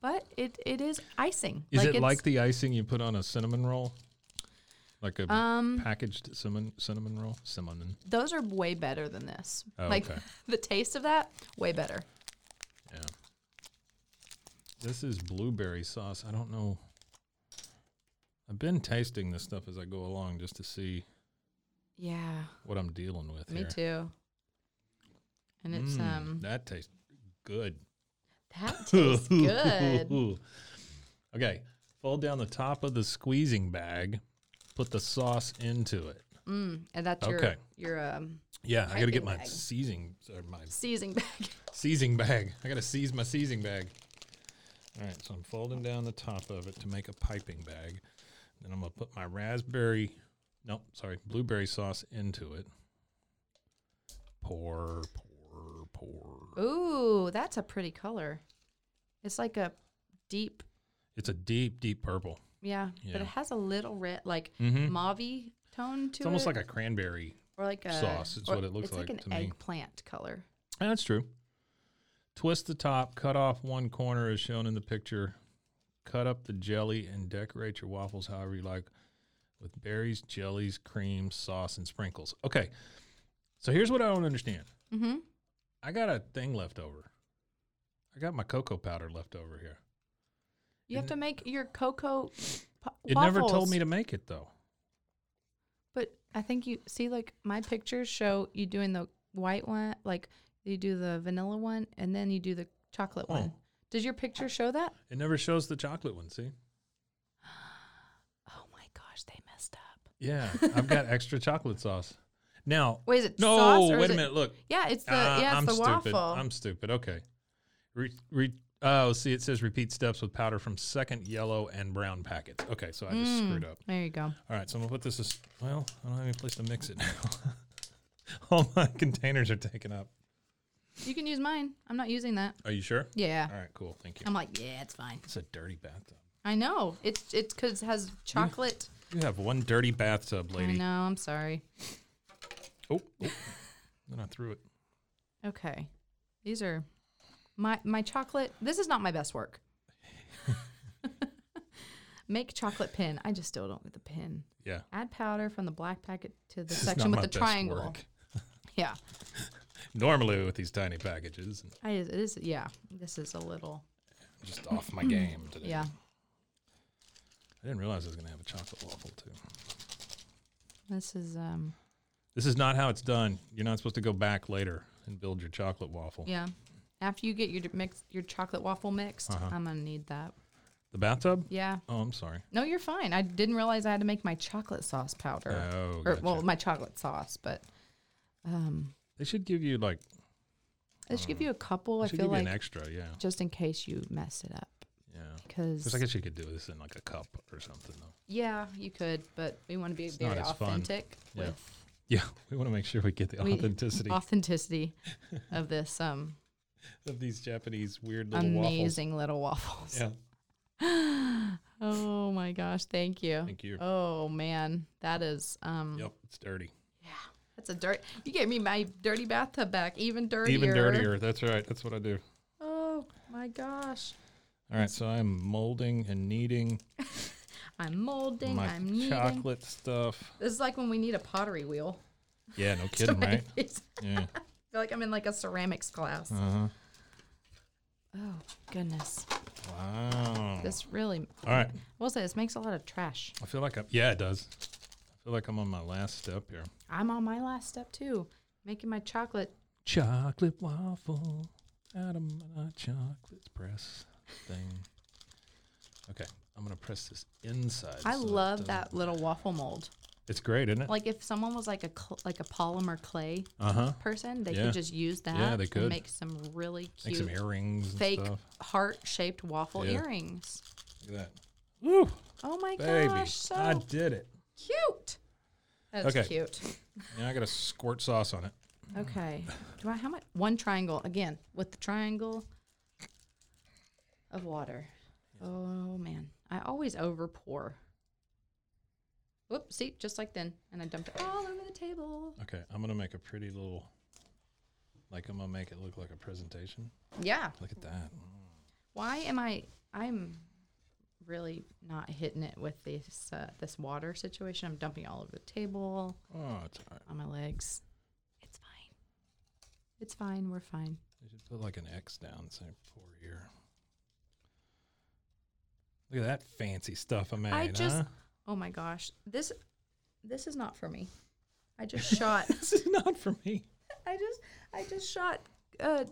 but it it is icing.
Is it
it's-
like the icing you put on a cinnamon roll? Like a
Um,
packaged cinnamon cinnamon roll? Cinnamon.
those are way better than this.
Oh,
like
okay.
*laughs* the taste of that, way better.
Yeah. This is blueberry sauce. I don't know. I've been tasting this stuff as I go along just to see
Yeah,
what I'm dealing with.
me
here.
too. And it's
Mm,
um
that tastes good. *laughs*
that tastes good.
okay. Fold down the top of the squeezing bag. Put the sauce into it.
Mm, and that's your
Okay.
your um
Yeah, I gotta get
Piping
my
bag.
seizing or my
seasoning *laughs* bag.
seizing bag. I gotta seize my seizing bag. All right, so I'm folding down the top of it to make a piping bag. Then I'm gonna put my raspberry, no, sorry, blueberry sauce into it. Pour, pour, pour.
Ooh, that's a pretty color. It's like a deep,
It's a deep, deep purple.
yeah, but
Yeah.
it has a little red, like
Mhm.
mauvey tone to it.
It's almost like a cranberry.
or like a
sauce is
or
what it looks
it's like.
like
an
to me.
eggplant color.
Yeah, That's true. Twist the top, cut off one corner as shown in the picture. Cut up the jelly and decorate your waffles however you like with berries, jellies, cream, sauce, and sprinkles. Okay. So here's what I don't understand
Mm-hmm.
I got a thing left over. I got my cocoa powder left over here.
You have to make your cocoa. P-
It never told me to make it though.
But I think you see, like my pictures show you doing the white one, like you do the vanilla one, and then you do the chocolate one.
Oh.
Does your picture show that?
It never shows the chocolate one, see?
Oh my gosh, they messed up.
Yeah. I've
*laughs*
got extra chocolate sauce. Now,
Wait, is it
no,
sauce or
wait
is
a
it-
minute. Look,
Yeah, it's the
Ah,
yeah, it's
I'm
the
stupid.
waffle.
I'm stupid. Okay. Re, re, Oh, see, it says repeat steps with powder from second yellow and brown packets. Okay, so I just
Hmm.
screwed up.
There you go.
All right, so I'm gonna put this as well. I don't have any place to mix it now. *laughs* All my containers are taken up.
You can use mine. I'm not using that.
Are you sure?
Yeah.
All right, cool. Thank you.
I'm like, yeah, it's fine.
It's a dirty bathtub.
I know. It's it's because it has chocolate.
You have one dirty bathtub,
I
lady.
know. I'm sorry.
Oh, oh. then I threw it.
Okay. These are my my chocolate. This is not my best work. *laughs* Make chocolate pin. I just still don't get the pin.
Yeah.
Add powder from the black packet to the
This is
section
not
with
my
the
best
triangle.
work.
Yeah.
Normally with these tiny packages, and
I, it is. Yeah. This is a little.
I'm just off my game today.
Hmm. Yeah.
I didn't realize I was gonna have a chocolate waffle too.
This is. um
This is not how it's done. You're not supposed to go back later and build your chocolate waffle.
Yeah. After you get your d- mix, your chocolate waffle mixed,
Uh-huh.
I'm gonna need that.
The bathtub?
Yeah.
Oh, I'm sorry.
No, you're fine. I didn't realize I had to make my chocolate sauce powder.
Oh,
or,
gotcha.
well, my chocolate sauce, but um,
They should give you like
I should give you a couple.
they
Oh, I
should
feel
Oh. give you
like
an extra, yeah.
just in case you mess it up,
Yeah.
because
'Cause I guess you could do this in like a cup or something though. *laughs*
yeah, you could, but we want to be
not
very
as fun.
authentic
Yeah.
with
*laughs* Yeah. We want to make sure we get the
we-
authenticity
authenticity of this um
of these Japanese weird *laughs* little
amazing little waffles.
waffles. Yeah.
*laughs* Oh my gosh! Thank you.
Thank you.
Oh man, that is um.
Yep. It's dirty.
That's a dirt. You gave me my dirty bathtub back, even dirtier.
Even dirtier. That's right. That's what I do.
Oh my gosh!
All right. So I'm molding and kneading
I'm molding.
my
I'm kneading.
chocolate stuff.
This is like when we need a pottery wheel.
Yeah.
*laughs*
No kidding, right?
It's-
Yeah.
I feel like I'm in like a ceramics class.
Mm-hmm.
Oh goodness,
Wow.
this really.
All right.
We'll say this makes a lot of trash.
I feel like I'm. Yeah, it does. I feel like I'm on my last step here.
I'm on my last step too, making my chocolate.
Chocolate waffle out of my chocolate press thing. Okay, I'm gonna press this inside.
I
so it
love
doesn't-
that little waffle mold.
It's great, isn't it?
Like if someone was like a cl- like a polymer clay
Uh huh.
person, they
Yeah.
could just use that.
Yeah, they
and
could.
make some really cute.
Make some earrings. and
fake
stuff.
heart shaped waffle
Yeah.
earrings.
Look at that. Woo,
Oh my
baby!
gosh, so
I did it.
cute. That's
Okay.
cute.
Now I gotta squirt sauce on it.
Okay. Do I how much one triangle again with the triangle of water. Oh man. I always over pour. Whoops, see, just like then. And I dumped it all over the table.
Okay, I'm gonna make a pretty little. Like I'm gonna make it look like a presentation.
Yeah.
Look at that.
Why am I I'm really not hitting it with this uh, this water situation. I'm dumping all over the table.
Oh, it's all right.
on my legs. It's fine. It's fine. We're fine.
I should put like an X down and say poor ear. Look at that fancy stuff I made.
I just.
huh?
Oh my gosh. This. This is not for me. I just *laughs* shot.
*laughs* this is not for me.
I just. I just shot. Uh,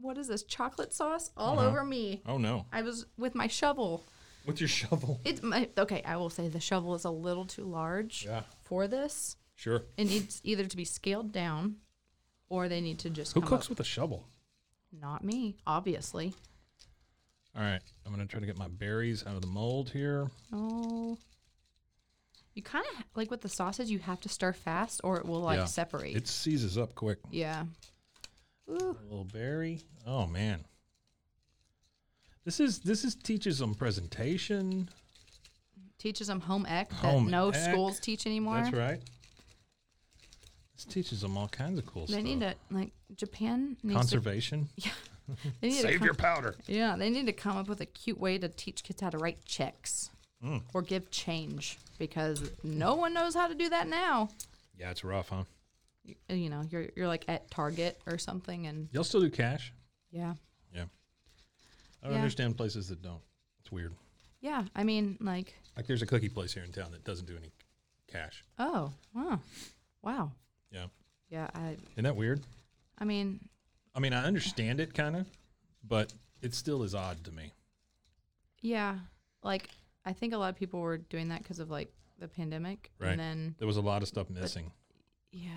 what is this? Chocolate sauce all
Uh-huh.
over me.
Oh no.
I was with my shovel.
With your shovel.
It's my okay. I will say the shovel is a little too large
Yeah.
for this.
Sure.
It needs either to be scaled down, or they need to just.
Who
come
cooks
up-
with a shovel?
Not me, obviously.
All right. I'm gonna try to get my berries out of the mold here.
Oh. You kind of like with the sauces, you have to stir fast or it will like
Yeah.
separate.
It seizes up quick.
yeah.
A little berry. Oh man. This is this is teaches them presentation.
Teaches them home ec that
Home
no
ec.
schools teach anymore.
That's right. This teaches them all kinds of cool
They
stuff.
need to like Japan needs *laughs*
Conservation.
To, they need to
Save
come-
your powder.
Yeah, they need to come up with a cute way to teach kids how to write checks
Mm.
or give change because no one knows how to do that now.
Yeah, it's rough, huh?
You, you know, you're you're like at Target or something, and
Y'all still do cash?
yeah,
Yeah. I don't
Yeah.
understand places that don't. It's weird.
yeah. I mean, like,
Like there's a cookie place here in town that doesn't do any cash.
oh, wow, wow,
Yeah.
yeah. I
Isn't that weird?
I mean,
I mean, I understand it kind of, but it still is odd to me.
Yeah. Like I think a lot of people were doing that because of like the pandemic.
Right.
And then
there was a lot of stuff missing.
yeah,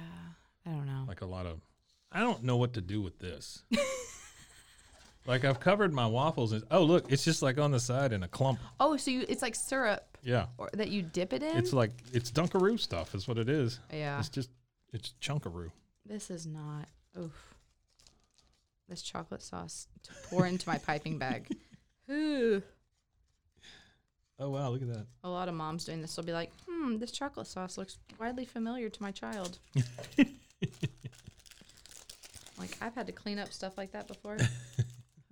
I don't know. *laughs*
Like a lot of I don't know what to do with this. Like I've covered my waffles. And, oh, look, it's just like on the side in a clump.
Oh, so you, it's like syrup
Yeah.
or that you dip it in?
It's like it's Dunkaroo stuff. Is what it is.
Yeah.
It's just it's chunkaroo.
this is not. Oof. This chocolate sauce to pour into my piping *laughs* bag. Ooh.
Oh wow, look at that.
A lot of moms doing this will be like, hmm, this chocolate sauce looks widely familiar to my
*laughs*
child. like, I've had to clean up stuff like that
*laughs*
before.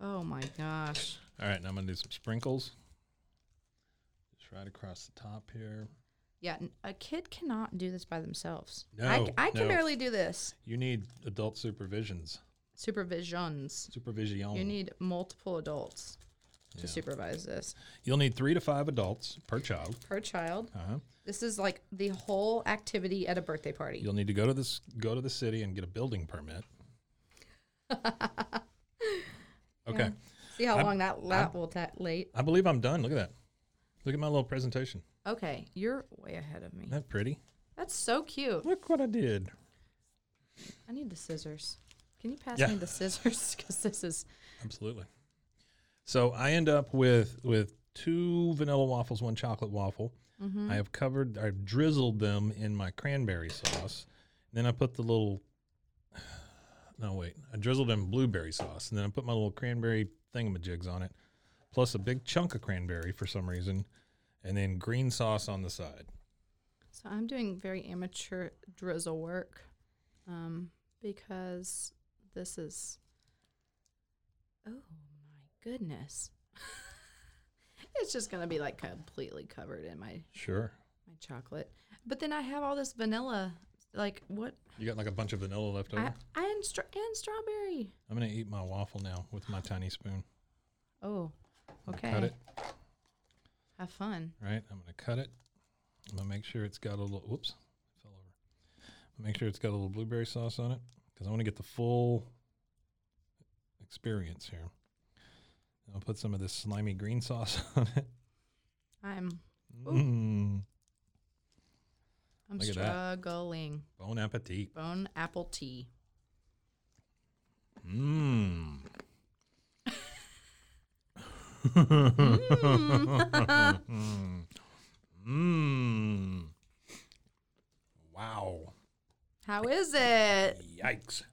oh my gosh.
All right, now I'm gonna do some sprinkles. Just right across the top here.
Yeah, n- a kid cannot do this by themselves.
No,
I, c- I can
no.
barely do this.
You need adult supervisions.
Supervisions.
Supervision.
You need multiple adults
Oh. Yeah.
to supervise this
You'll need three to five adults per child.
per child.
Uh huh.
This is like the whole activity at a birthday party.
You'll need to go to this go to the city and get a
*laughs*
building permit. okay.
See how
I'm-
long that lat will ta- late.
I believe I'm done. Look at that. Look at my little presentation.
Okay, you're way ahead of me.
Isn't that pretty?
That's so cute.
Look what I did.
I need the scissors. Can you pass
Yeah.
me the scissors? *laughs* Because this is
Absolutely. So I end up with with two vanilla waffles, one chocolate waffle.
Mm-hmm.
I have covered, I drizzled them in my cranberry sauce. Then I put the little. *sighs* No wait, I drizzled in blueberry sauce, and then I put my little cranberry thingamajigs on it, plus a big chunk of cranberry for some reason, and then green sauce on the side.
so. I'm doing very amateur drizzle work, um, because this is. Oh my goodness! *laughs* it's just gonna be like completely covered in my
Sure,
my chocolate. But then I have all this vanilla. Like what?
you got like a bunch of vanilla left over.
I, I and, stra- and strawberry.
I'm gonna eat my waffle now with my tiny spoon.
Oh,
I'm gonna
okay.
Cut it.
Have fun.
right? I'm going to cut it. I'm going to make sure it's got a little, whoops, fell over. Make sure it's got a little blueberry sauce on it because I want to get the full experience here. And I'll put some of this slimy green sauce *laughs* on it.
I'm
Mm.
I'm
Look at that.
struggling.
Bon appetit.
Bone apple tea.
Mmm. *laughs* Mm. *laughs* Mmm. Wow.
How is it?
Yikes.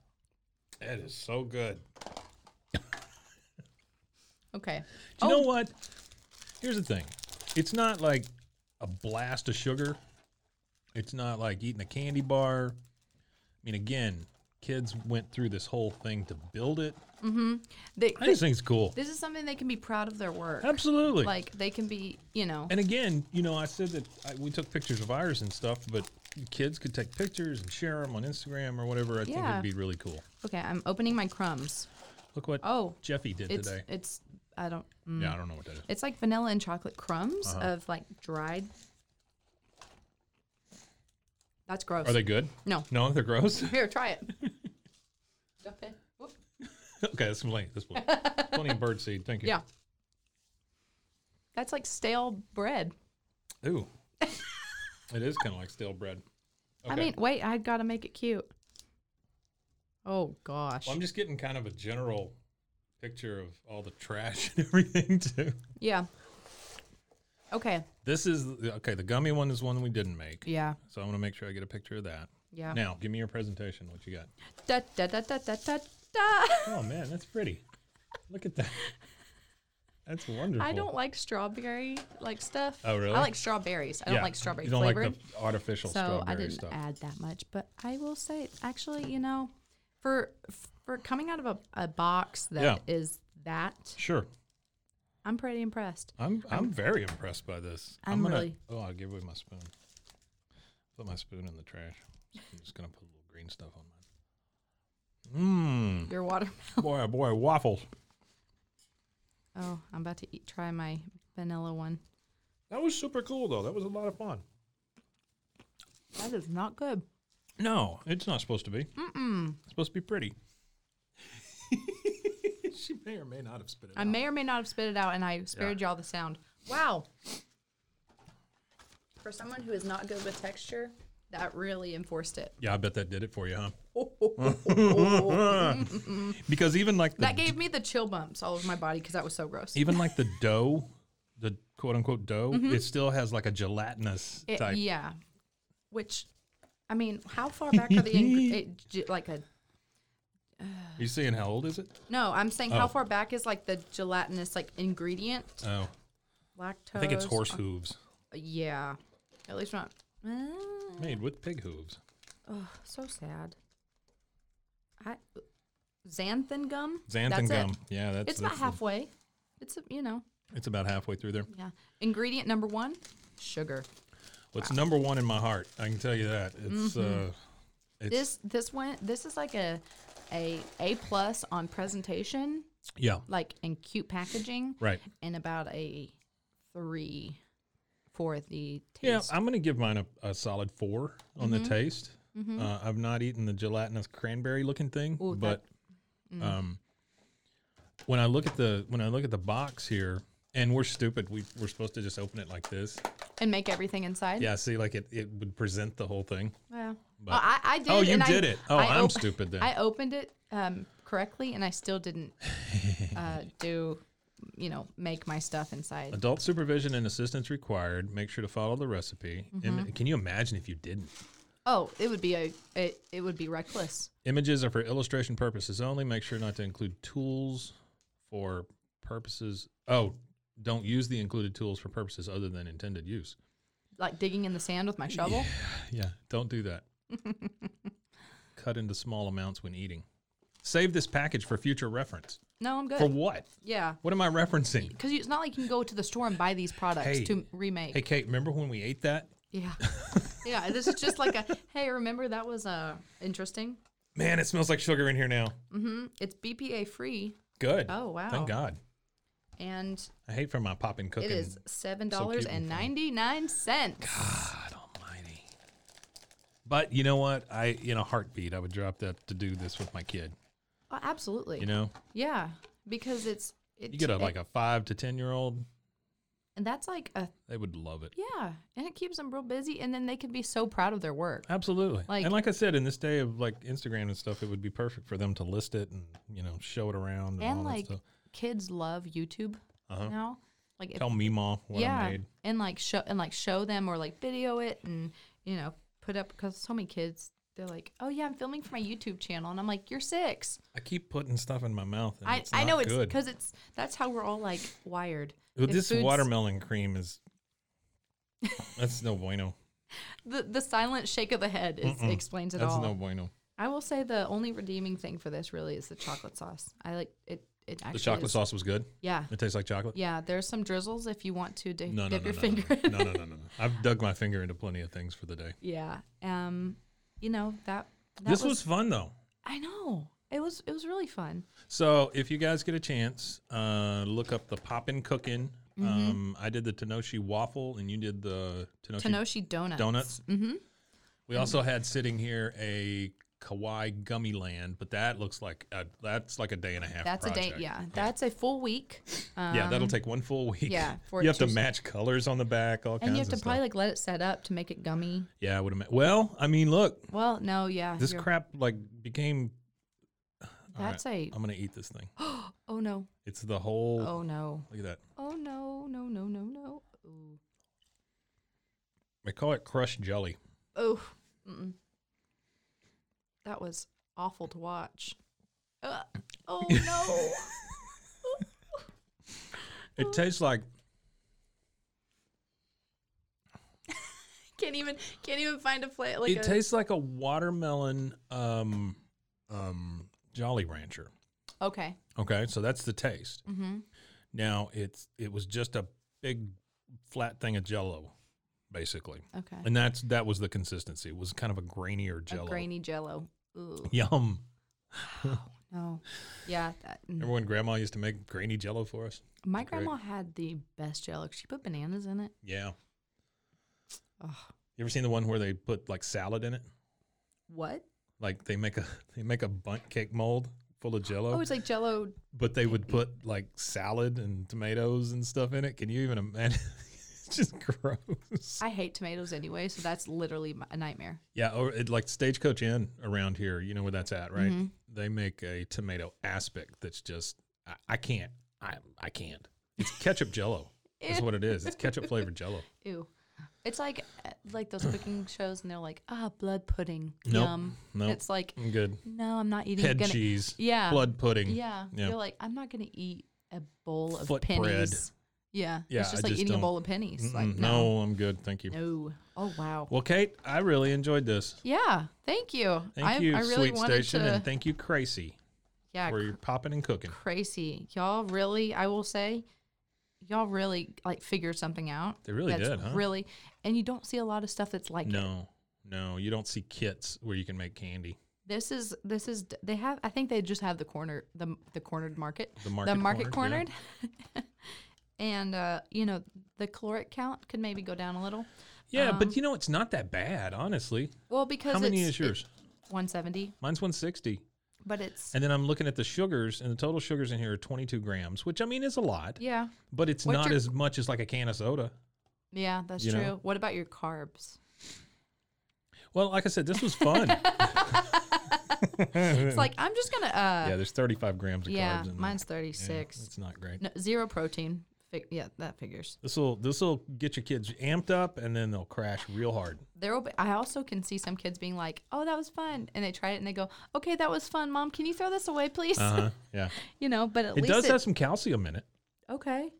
That is so good.
Okay. Oh,
Do you know what? Here's the thing. It's not like a blast of sugar. It's not like eating a candy bar. I mean, again, kids went through this whole thing to build it.
They,
I just think it's cool.
this is something they can be proud of their work.
Absolutely.
Like they can be, you know.
and again, you know, I said that I, we took pictures of ours and stuff, but kids could take pictures and share them on Instagram or whatever. I think
Yeah.
it'd be really cool.
Okay, I'm opening my crumbs.
Look what
Oh,
Jeffy did
It's
today.
it's I don't. mm.
yeah, I don't know what that is.
It's like vanilla and chocolate crumbs
Uh-huh.
of like dried. That's gross.
Are they good? *laughs*
No.
No, they're gross.
Here, try it. Dump it. Whoop.
okay, that's plenty. That's plenty.
*laughs*
plenty of bird seed. Thank you.
Yeah. That's like stale bread.
Ooh. it is kind of like stale bread.
I mean, wait, I gotta make it cute. Oh gosh.
Well, I'm just getting kind of a general picture of all the trash *laughs* and everything too.
yeah. Okay.
This is okay. The gummy one is one we didn't make,
Yeah.
so I want to make sure I get a picture of that.
Yeah.
Now, give me your presentation. What you got?
Da, da, da, da, da, da, da.
Oh man, that's pretty. Look at that. That's wonderful.
I don't like strawberry like stuff.
Oh, really?
I like strawberries. I
Yeah,
don't like strawberry
You don't
flavor.
like the artificial
so
strawberry
I didn't
stuff.
add that much, but I will say, actually, you know, for for coming out of a, a box that is
Yeah.
that,
Sure.
I'm pretty impressed.
I'm I'm very impressed by this.
I'm
gonna
really-
oh I'll give away my spoon. Put my spoon in the trash. I'm just gonna put a little green stuff on mine.
Your watermelon. *laughs*
Mmm. Boy, oh boy, waffles.
Oh, I'm about to eat, try my vanilla one.
That was super cool though. That was a lot of fun.
That is not good.
No, it's not supposed to be. Mm-mm. It's supposed to be pretty. *laughs* she may or may not have spit it
I may or may not have spit it out, and I spared y'all the sound. Wow. For someone who is not good with texture, That really enforced it.
Yeah, I bet that did it for you, *laughs* huh? because even like the
That gave me the chill bumps all over my body because that was so gross.
even
*laughs*
like the dough, the quote unquote dough, it still has like a gelatinous
Mm-hmm. It-
type.
yeah. Which, I mean, how far back
*laughs*
are the ing- it, ge- like a
You seeing how old is it?
no? I'm saying how
Oh.
far back is like the gelatinous like ingredient
Oh,
lactose? Uh,
I think it's horse hooves
Yeah, at least not. Ah,
made with pig hooves.
so sad. I xanthan gum. That's
Xanthan
it.
gum. Yeah, that's
It's about
that's the-
halfway. It's a, you know
It's about halfway through there.
yeah. Ingredient number one, sugar.
Well, it's number one in my heart. I can tell you that. It's uh, it's
Mm-hmm. this this one this is like a a a plus on presentation
yeah,
like in cute packaging
right.
and about a three for the
Yeah,
taste
I'm gonna give mine a, a solid four on
Mm-hmm.
the taste. Uh, I've not eaten the gelatinous cranberry looking thing,
Ooh,
but
that- mm.
um, when I look at the when I look at the box here, and we're stupid. We we're supposed to just open it like this.
and make everything inside
Yeah, see, like it it would present the whole thing.
well,
But-
oh, I, I did
Oh, you
and I-
did it. Oh,
I
I'm stupid then.
*laughs* I opened it um, correctly and I still
*laughs*
didn't uh, do you know make my stuff inside
Adult supervision and assistance required. Make sure to follow the recipe.
Mm-hmm.
And can you imagine if you didn't?
oh it would be a it, it would be reckless
Images are for illustration purposes only. Make sure not to include tools for purposes. Oh, don't use the included tools for purposes other than intended use.
like digging in the sand with my shovel
Yeah, don't do
*laughs*
that. Cut into small amounts when eating. Save this package for future reference.
no I'm good
For what?
yeah
What am I referencing?
Because it's not like you can go to the store and buy these products
Hey.
to remake.
Hey, Kate, remember when we ate that? *laughs*
Yeah. yeah. This is just like a hey, remember that was uh interesting.
Man, it smells like sugar in here now.
It's BPA free
Good.
Oh, wow.
Thank God.
and
I hate for my popping cooking.
it is seven
so
dollars
cute and
and
fun.
ninety nine cents.
God almighty. But you know what? I in a heartbeat I would drop that to do this with my kid.
Oh, absolutely.
You know?
Yeah. Because it's it,
You get a
it-
like a five to ten year old,
and that's like a
they would love it.
yeah, and it keeps them real busy, and then they can be so proud of their work.
Absolutely.
Like-
and like I said, in this day of like Instagram and stuff, it would be perfect for them to list it and, you know, show it around and,
And
all
like
that stuff. Uh-huh.
kids love YouTube now. Like if
Tell Meemaw what I made.
and like show and like show them or like video it and you know put up because so many kids they're like, oh yeah, I'm filming for my YouTube channel, and I'm like, you're six.
I keep putting stuff in my mouth. And
I
it's
I
not
know it's
good.
because it's that's how we're all like wired.
Ooh,
If
this
food's-
watermelon
*laughs*
cream is that's no bueno.
The the silent shake of the head is, explains it
That's
all.
no bueno.
I will say the only redeeming thing for this really is the chocolate sauce. I like it. It actually
The chocolate
is-
sauce was good.
Yeah,
It tastes like chocolate.
yeah. There's some drizzles if you want to dip,
no, no,
dip
no,
your
no,
finger.
no,
in
no, no,
it.
no, no, no. I've dug my finger into plenty of things for the day.
*laughs* Yeah. Um. You know that. that
this was, fun though.
I know. It was it was really fun.
So if you guys get a chance, uh, look up the Poppin' Cookin'.
Mm-hmm.
Um, I did the Tenoshi waffle, and you did the Tenoshi,
Tenoshi donuts.
donuts. Mm-hmm. We also had sitting here a Kawaii Gummy Land, but that looks like a, that's like a day and a half.
That's a
project.
date. Yeah, that's a full week. Um,
yeah, that'll take one full week. *laughs*
yeah, for
you
it
have to
to-
match colors on the back, all kinds
and you have
of
to
stuff.
probably like let it set up to make it gummy.
yeah, I would imagine. Well, I mean, look,
Well, no, yeah,
this
you're-
crap like became. All um,
That's a-
I'm gonna eat
*gasps*
this thing.
Oh no!
It's the whole.
Oh no!
Look at that.
Oh no! No! No! No! No! Ooh.
They call it crushed jelly.
Oh, mm-mm. that was awful to watch. Ugh. oh
*laughs*
no! Oh.
It tastes like
*laughs* can't even can't even find a plate like
it
a,
tastes like a watermelon um um Jolly Rancher.
okay.
Okay, so that's the taste.
Mhm.
Now it's it was just a big flat thing of Jello, basically,
Okay.
and that's that was the consistency. It was kind of a grainier
A
Jello.
grainy Jello. Ooh.
Yum.
No. Yeah. That, mm.
Remember when Grandma used to make grainy Jello for us?
My
Great.
grandma had the best jello. She put bananas in it.
Yeah.
Ugh.
You ever seen the one where they put like salad in it?
What?
Like they make a *laughs* they make a bunt cake mold full of Jello.
Oh, it's like jello.
but they would put like salad and tomatoes and stuff in it. Can you even imagine? *laughs* just gross.
I hate tomatoes anyway, so that's literally my- a nightmare.
Yeah, or it, like Stagecoach Inn around here, you know where that's at, right?
Mm-hmm.
They make a tomato aspic that's just I, I can't. I I can't. It's ketchup jello.
*laughs*
That's what it is. It's ketchup flavored jello.
Ew. It's like uh, like those cooking shows, and they're like, ah, blood pudding.
Nope.
Yum.
Nope.
It's like,
I'm good.
no, I'm not eating.
Head
gonna-
cheese.
Yeah.
Blood pudding.
Yeah.
Yeah.
You're like, I'm not going to eat a bowl of
Foot bread.
pennies. Yeah.
Yeah,
It's just
I
like
just
eating
don't-
a bowl of pennies.
Mm-mm,
like,
no. I'm good. Thank you.
no. Oh, wow.
Well, Kate, I really enjoyed this.
yeah. Thank you.
Thank
I,
you,
I really
Sweet
wanted
Station,
to.
and thank you, Crazy,
yeah.
for your popping and cooking.
crazy. Y'all really, I will say, y'all really like figured something out.
They really
that's
did, huh?
Really, and you don't see a lot of stuff that's like it.
No, no, you don't see kits where you can make candy.
This is this is they have. I think they just have the corner the the cornered market.
The market
The market
cornered,
cornered. *laughs* and uh, you know the caloric count could maybe go down a little.
Yeah, but you know it's not that bad, honestly.
Well, Um, because
How many
it's,
is yours?
One seventy,
Mine's 160.
but it's
And then I'm looking at the sugars, and the total sugars in here are 22 grams, which I mean is a lot,
yeah,
but it's
What's
not
your-
as much as like a can of soda.
yeah, that's
You
true.
know?
What about your carbs?
Well, like I said, this
*laughs*
was fun.
It's like I'm just gonna uh,
yeah, there's 35 grams of
yeah,
carbs in
mine's thirty
there.
six.
It's not great.
No, zero protein. Fig- yeah, that figures.
This will this will get your kids amped up, and then they'll crash real hard.
There will be. I also can see some kids being like, "Oh, that was fun," and they try it and they go, "Okay, that was fun, mom. Can you throw this away, please?"
Uh huh. *laughs* Yeah.
*laughs* you know, but at
it
least
does
it,
have some calcium in it,
okay,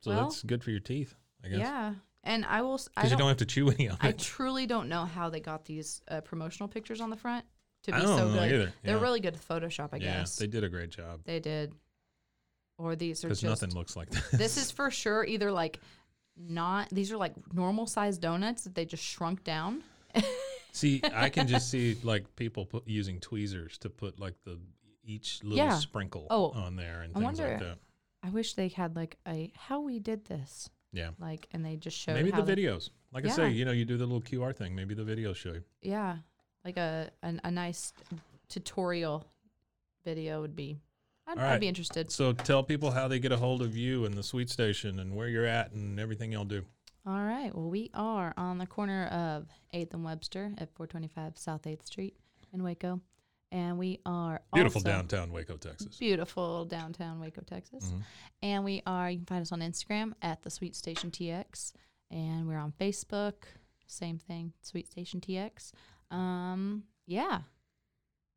so
Well,
that's good for your teeth, I guess.
yeah. And I will. s- I
Because you
don't.
don't have to chew any of
I
it.
truly don't know how they got these uh, promotional pictures on the front to be
I don't
so
know
good.
either,
They're
yeah.
really good at Photoshop, I
yeah,
guess.
they did a great job.
They did. Or these are
Because
just.
nothing looks like that.
*laughs* this is for sure either like not. These are like normal sized donuts that they just shrunk down.
see, I can just see like people put, using tweezers to put like the each little
Yeah.
sprinkle
Oh,
on there and
I
things like
wonder-
that.
I wish they had like a how we did this,
Yeah.
like, and they just showed
Maybe
how
the
they-
videos. Like I
Yeah.
say, you know, you do the little QR thing. Maybe the videos show you.
yeah, like a an, a nice tutorial video would be. I'd,
All
I'd
right.
be interested.
So tell people how they get a hold of you and the sweet station and where you're at and everything y'all do.
All right. Well, we are on the corner of Eighth and Webster at 425 South Eighth Street in Waco, and we are
Beautiful
also-
downtown Waco, Texas.
Beautiful downtown Waco, Texas.
Mm-hmm.
And we are, you can find us on Instagram at the Sweet Station TX. And we're on Facebook, same thing, Sweet Station TX. Um, yeah.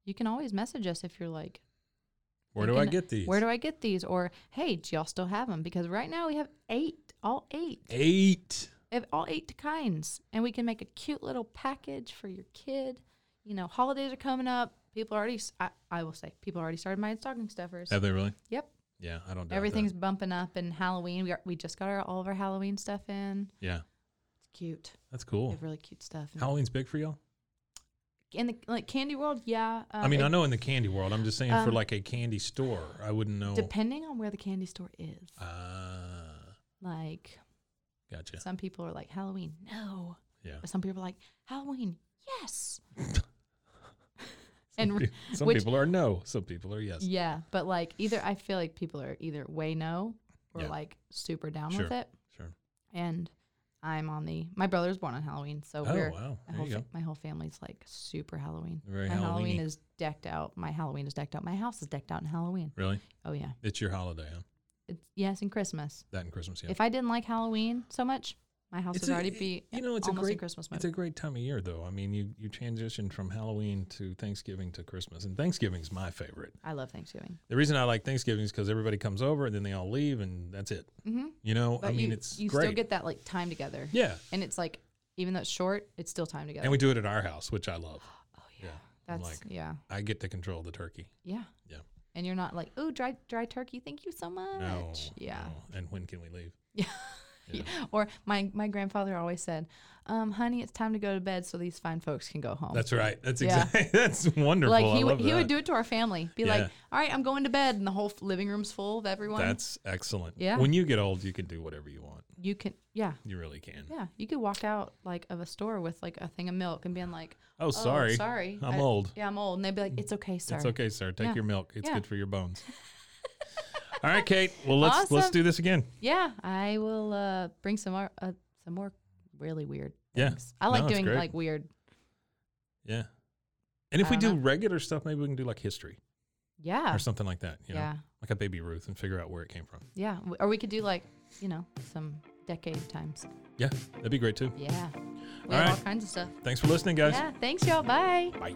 You can always message us if you're like,
Where do I get these?
Where do I get these? Or, hey, do y'all still have them? Because right now we have eight, all eight.
Eight.
We have all eight kinds. And we can make a cute little package for your kid. You know, holidays are coming up. People already, s- I, I will say, people already started buying stocking stuffers.
Have they really?
Yep.
Yeah, I don't. doubt that.
Everything's bumping up and Halloween. We, are, we just got our, all of our Halloween stuff in.
Yeah,
It's cute.
that's
We
cool.
have really cute stuff. And-
Halloween's big for y'all.
In the like candy world, yeah. Um,
I mean, I
it-
know in the candy world. I'm just saying for
um,
like a candy store, I wouldn't know.
Depending on where the candy store is,
Ah,
like
gotcha.
some people are like Halloween, no.
Yeah.
Some people are like Halloween, yes.
*laughs* Some
*laughs* and
pe-
re-
*laughs* some
which-
people are no, some people are yes.
yeah, but like either I feel like people are either way no or
Yeah.
like super down
Sure.
with it.
Sure.
and I'm on the. My brother was born on Halloween, so
Oh,
we're
wow.
my
There
whole,
you
fa-
go.
my whole family's like super Halloween.
Very
my Halloween
Halloween-y.
is decked out. My Halloween is decked out. My house is decked out in Halloween.
Really?
Oh yeah,
It's your holiday, huh?
it's yes, and Christmas.
That and Christmas, yeah.
If I didn't like Halloween so much, my house
It's
would
a-
already be
you know, it's
almost
a great
in Christmas mode.
It's a great time of year, though. I mean, you you transition from Halloween to Thanksgiving to Christmas, and Thanksgiving's my favorite.
I love Thanksgiving.
The reason I like Thanksgiving is because everybody comes over and then they all leave, and that's it. Mm-hmm. You know,
But
I mean,
you,
it's
you
great.
still get that like time together.
Yeah.
and it's like even though it's short, it's still time together.
and we do it at our house, which I love. Oh yeah, I'm
That's
like-
yeah,
I get to control the turkey.
yeah.
Yeah.
And you're not like, oh, dry dry turkey. Thank you so much.
No.
yeah.
no. And when can we leave?
*laughs* Or my, my grandfather always said, um, "Honey, it's time to go to bed so these fine folks can go home."
That's right. That's
Oh, Yeah.
exactly. *laughs* That's wonderful.
like
I
he would
love
he
that.
would do it to our family. Be like,
Yeah.
"All right, I'm going to bed," and the whole f- living room's full of everyone.
That's excellent.
Yeah.
When you get old, you can do whatever you want.
you can yeah
You really can.
yeah you could walk out like of a store with like a thing of milk and being like,
Oh, sorry.
sorry,
I'm
I-
old.
Yeah, I'm old," and they'd be like, "It's okay, sir."
It's okay, sir. Take
Yeah. *laughs*
your milk. It's
Yeah.
good for your bones. All right, Kate. Well, let's let's
Awesome.
do this again.
Yeah, I will uh, bring some more uh, some more really weird.
Yeah.
Things. I
No,
like
that's
doing
great.
like weird.
Yeah. And if
I
we do
don't know.
regular stuff, maybe we can do like history
Yeah,
or something like that. You know?
Yeah.
Like a baby Ruth and figure out where it came from.
yeah. W- Or we could do like you know some decade times.
Yeah, that'd be great too.
Yeah, we
All
have all
right.
kinds of stuff.
Thanks for listening, guys.
Yeah. Thanks, y'all. Bye.
Bye.